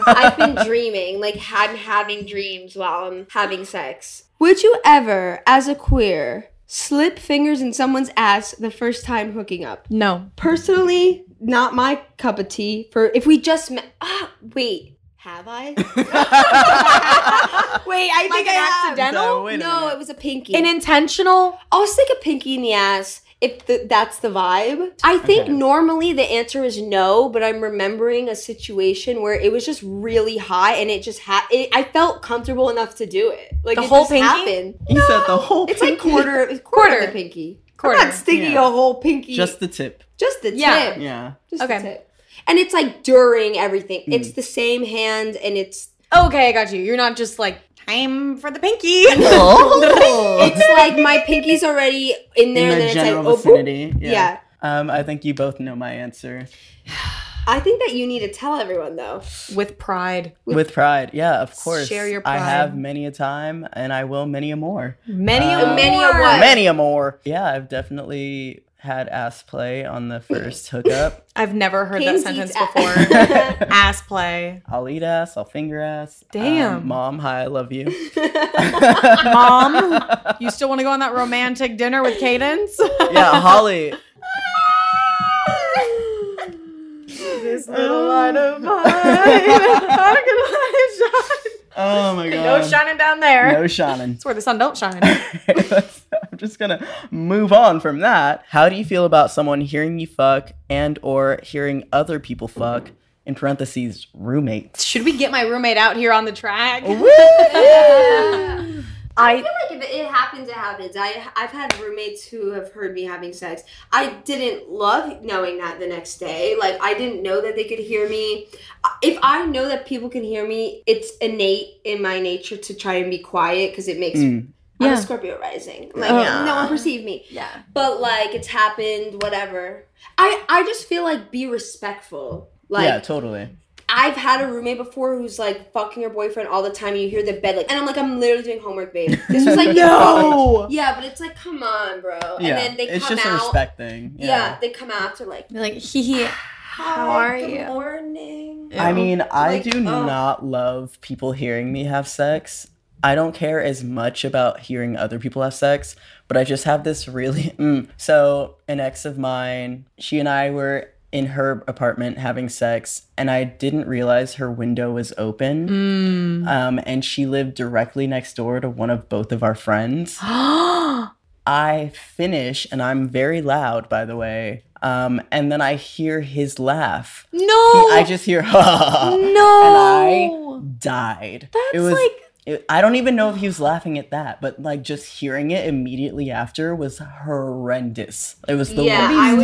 Speaker 5: I've been dreaming, like I'm having dreams while I'm having sex. Would you ever, as a queer, slip fingers in someone's ass the first time hooking up?
Speaker 4: No.
Speaker 5: Personally, not my cup of tea. For if we just met, ah, wait, have
Speaker 4: [laughs]
Speaker 5: I? [laughs] wait, I
Speaker 4: Like
Speaker 5: think
Speaker 4: an
Speaker 5: I have.
Speaker 4: accidental? No, wait a
Speaker 5: No,
Speaker 4: minute.
Speaker 5: it was a pinky.
Speaker 4: An intentional?
Speaker 5: I'll stick a pinky in the ass if th- that's the vibe. I think
Speaker 4: Okay.
Speaker 5: normally the answer is no, but I'm remembering a situation where it was just really high and it just ha- it, I felt comfortable enough to do it. Like
Speaker 4: The
Speaker 5: it
Speaker 4: whole
Speaker 5: just
Speaker 4: pinky?
Speaker 5: happened.
Speaker 6: You said the whole.
Speaker 5: It's like
Speaker 4: [laughs]
Speaker 5: quarter quarter, of
Speaker 4: Quarter.
Speaker 5: the pinky. I'm
Speaker 4: Quarter.
Speaker 5: not sticking
Speaker 6: Yeah.
Speaker 5: a whole pinky.
Speaker 6: Just the tip.
Speaker 5: just the
Speaker 4: Yeah.
Speaker 5: tip.
Speaker 6: Yeah.
Speaker 5: Just
Speaker 4: Okay.
Speaker 5: the tip. And it's like during everything.
Speaker 6: Mm.
Speaker 5: It's the same hand and it's
Speaker 4: Okay, I got you. You're not just like time for the pinky.
Speaker 5: it's like my pinky's already in there
Speaker 6: in
Speaker 5: and then
Speaker 6: the
Speaker 5: it's like
Speaker 6: general
Speaker 5: oh boop.
Speaker 6: vicinity.
Speaker 5: Yeah.
Speaker 6: Um, I think you both know my answer
Speaker 5: I think that you need to tell everyone though.
Speaker 4: With pride.
Speaker 6: with pride. Yeah, of course.
Speaker 4: Share your
Speaker 6: I have
Speaker 4: pride.
Speaker 6: many a time, and I will many a more.
Speaker 4: Many
Speaker 6: Uh,
Speaker 4: a more.
Speaker 5: Many a
Speaker 4: [laughs]
Speaker 5: what?
Speaker 6: Many a more. Yeah, I've definitely had ass play on the
Speaker 4: [laughs]
Speaker 6: first hookup.
Speaker 4: I've never heard
Speaker 5: Kings
Speaker 4: that sentence
Speaker 5: eats ass.
Speaker 6: [laughs]
Speaker 4: before. ass play.
Speaker 6: I'll eat ass. I'll finger ass. Um,
Speaker 4: Damn.
Speaker 6: mom, hi, I love you.
Speaker 4: [laughs] Mom, you still want to go on that romantic dinner with [laughs] Cadence?
Speaker 6: Yeah, Holly. [laughs]
Speaker 4: this little light of mine. How can I
Speaker 6: Oh my
Speaker 4: shine? Um, No
Speaker 6: god.
Speaker 4: shining down there.
Speaker 6: No shining.
Speaker 4: It's where the sun don't shine.
Speaker 6: [laughs] I'm just gonna move on from that. How do you feel about someone hearing you fuck and or hearing other people fuck in parentheses roommates?
Speaker 4: [laughs] Should we get my roommate out here on the track? I
Speaker 5: I feel like if it happens, it happens. I I've had roommates who have heard me having sex. I didn't love knowing that the next day. Like I didn't know that they could hear me. If I know that people can hear me, it's innate in my nature to try and be quiet because it makes.
Speaker 6: Mm.
Speaker 5: I'm
Speaker 4: Yeah.
Speaker 5: a Scorpio rising. Like no one perceived me. Yeah. But like it's happened. Whatever. I I just feel like be respectful. Like
Speaker 6: yeah, totally.
Speaker 5: I've had a roommate before who's like fucking her boyfriend all the time. And you hear the bed like, and I'm like, I'm literally doing
Speaker 6: [laughs]
Speaker 5: homework, babe. This was like
Speaker 4: No!
Speaker 5: yeah, but it's like, come on, bro. And
Speaker 6: yeah,
Speaker 5: then they
Speaker 6: it's
Speaker 5: come
Speaker 6: just
Speaker 5: out.
Speaker 6: a respect thing.
Speaker 5: yeah.
Speaker 6: Yeah.
Speaker 5: they come after like,
Speaker 4: like hee hee.
Speaker 5: how
Speaker 4: are
Speaker 5: good
Speaker 4: you?
Speaker 5: Morning.
Speaker 6: I mean, I
Speaker 5: Like,
Speaker 6: do
Speaker 5: oh.
Speaker 6: not love people hearing me have sex. I don't care as much about hearing other people have sex, but I just have this really. [laughs] Mm. So, an ex of mine, she and I were in her apartment having sex, and I didn't realize her window was open. Um, and she lived directly next door to one of both of our friends. I finish, and I'm very loud, by the way. Um, and then I hear his laugh.
Speaker 4: No.
Speaker 10: Oh,
Speaker 6: I just hear [laughs] ha.
Speaker 4: No.
Speaker 6: And I died.
Speaker 4: That's
Speaker 6: it was
Speaker 4: like-
Speaker 6: it- I don't even know if he was laughing at that, but like just hearing it immediately after was horrendous. It was the
Speaker 5: yeah,
Speaker 6: worst.
Speaker 5: I would, I would be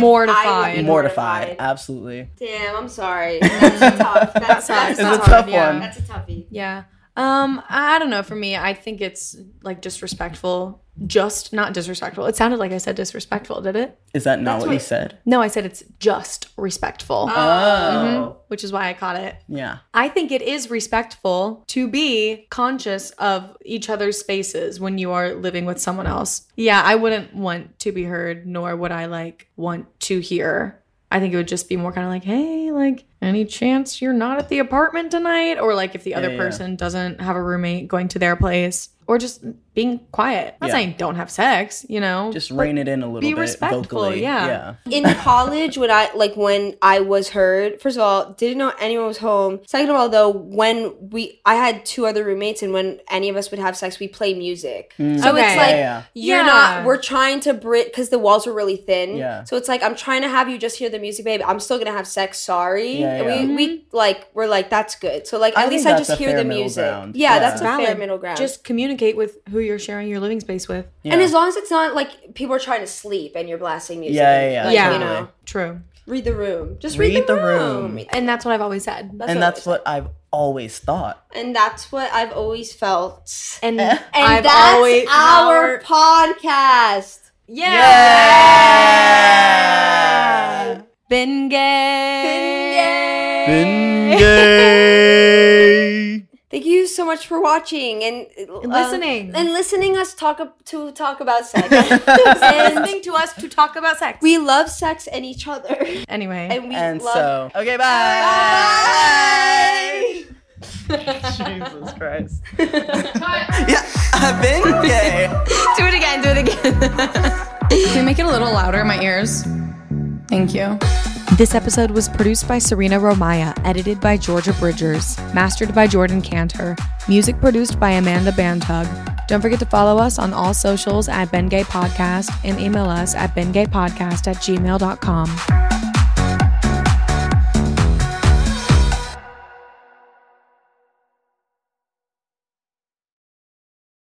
Speaker 6: mortified.
Speaker 4: mortified.
Speaker 5: mortified.
Speaker 6: absolutely.
Speaker 5: Damn, I'm sorry. That's tough. That's,
Speaker 4: That's
Speaker 6: [laughs]
Speaker 5: that's,
Speaker 6: It's a
Speaker 4: not
Speaker 5: tough.
Speaker 6: tough
Speaker 4: hard, yeah.
Speaker 6: one.
Speaker 5: That's a toughie.
Speaker 4: Yeah. Um, I don't know. For me, I think it's like disrespectful. Just not disrespectful. It sounded like I said disrespectful, did it?
Speaker 6: Is that not what you said?
Speaker 4: No, I said it's just respectful,
Speaker 6: Oh,
Speaker 4: which is why I caught it.
Speaker 6: yeah.
Speaker 4: I think it is respectful to be conscious of each other's spaces when you are living with someone else. Yeah, I wouldn't want to be heard, nor would I like want to hear. I think it would just be more kind of like, hey, like, any chance you're not at the apartment tonight? Or like if the other
Speaker 6: yeah.
Speaker 4: person doesn't have a roommate going to their place.
Speaker 10: or just being quiet. I'm not
Speaker 6: Yeah.
Speaker 10: saying don't have sex, you know.
Speaker 6: Just
Speaker 10: but
Speaker 6: rein it in a little
Speaker 10: be
Speaker 6: bit
Speaker 10: respectful,
Speaker 6: vocally.
Speaker 10: yeah.
Speaker 5: in college when i like when i was heard first of all didn't know anyone was home second of all though when we i had two other roommates and when any of us would have sex we play music
Speaker 12: Mm.
Speaker 5: so
Speaker 12: Okay.
Speaker 5: it's like
Speaker 12: Yeah, yeah.
Speaker 5: you're
Speaker 12: Yeah.
Speaker 5: not we're trying to brit because the walls were really thin
Speaker 12: Yeah.
Speaker 5: so it's like i'm trying to have you just hear the music babe i'm still gonna have sex sorry
Speaker 12: Yeah, yeah.
Speaker 5: And we we like we're like that's good so like
Speaker 10: I
Speaker 5: at
Speaker 10: think
Speaker 5: least i
Speaker 10: that's
Speaker 5: just
Speaker 10: a
Speaker 5: hear
Speaker 10: fair
Speaker 5: the
Speaker 10: middle
Speaker 5: music
Speaker 10: ground.
Speaker 5: yeah,
Speaker 10: Yeah.
Speaker 5: that's a fair
Speaker 10: Valid.
Speaker 5: middle ground
Speaker 10: Just communicate with who you're sharing your living space with.
Speaker 5: and as long as it's not like people are trying to sleep and you're blasting music like, you know
Speaker 10: True.
Speaker 5: Read the room. Just
Speaker 6: read Read the the room. room.
Speaker 10: And that's what I've always said.
Speaker 6: and that's what I've always thought.
Speaker 5: And that's what I've always felt.
Speaker 10: And,
Speaker 5: and
Speaker 10: I've
Speaker 5: that's
Speaker 10: always-
Speaker 5: our, podcast.
Speaker 10: Yeah.
Speaker 5: Been gay. Thank you so much for watching and uh,
Speaker 10: listening.
Speaker 5: and listening us talk ab- to talk about sex.
Speaker 10: listening to us to talk about sex.
Speaker 5: We love sex and each other.
Speaker 10: Anyway.
Speaker 5: And we
Speaker 6: And so,
Speaker 5: love
Speaker 6: okay,
Speaker 5: bye.
Speaker 6: Jesus Christ.
Speaker 10: I've been gay. do it again. Do it again. Can you make it a little louder in my ears? Thank you.
Speaker 4: This episode was produced by Serena Romaya, edited by Georgia Bridgers, mastered by Jordan Cantor, music produced by Amanda Bantug. Don't forget to follow us on all socials at Ben Gay Podcast and email us at bengaypodcast at gmail.com.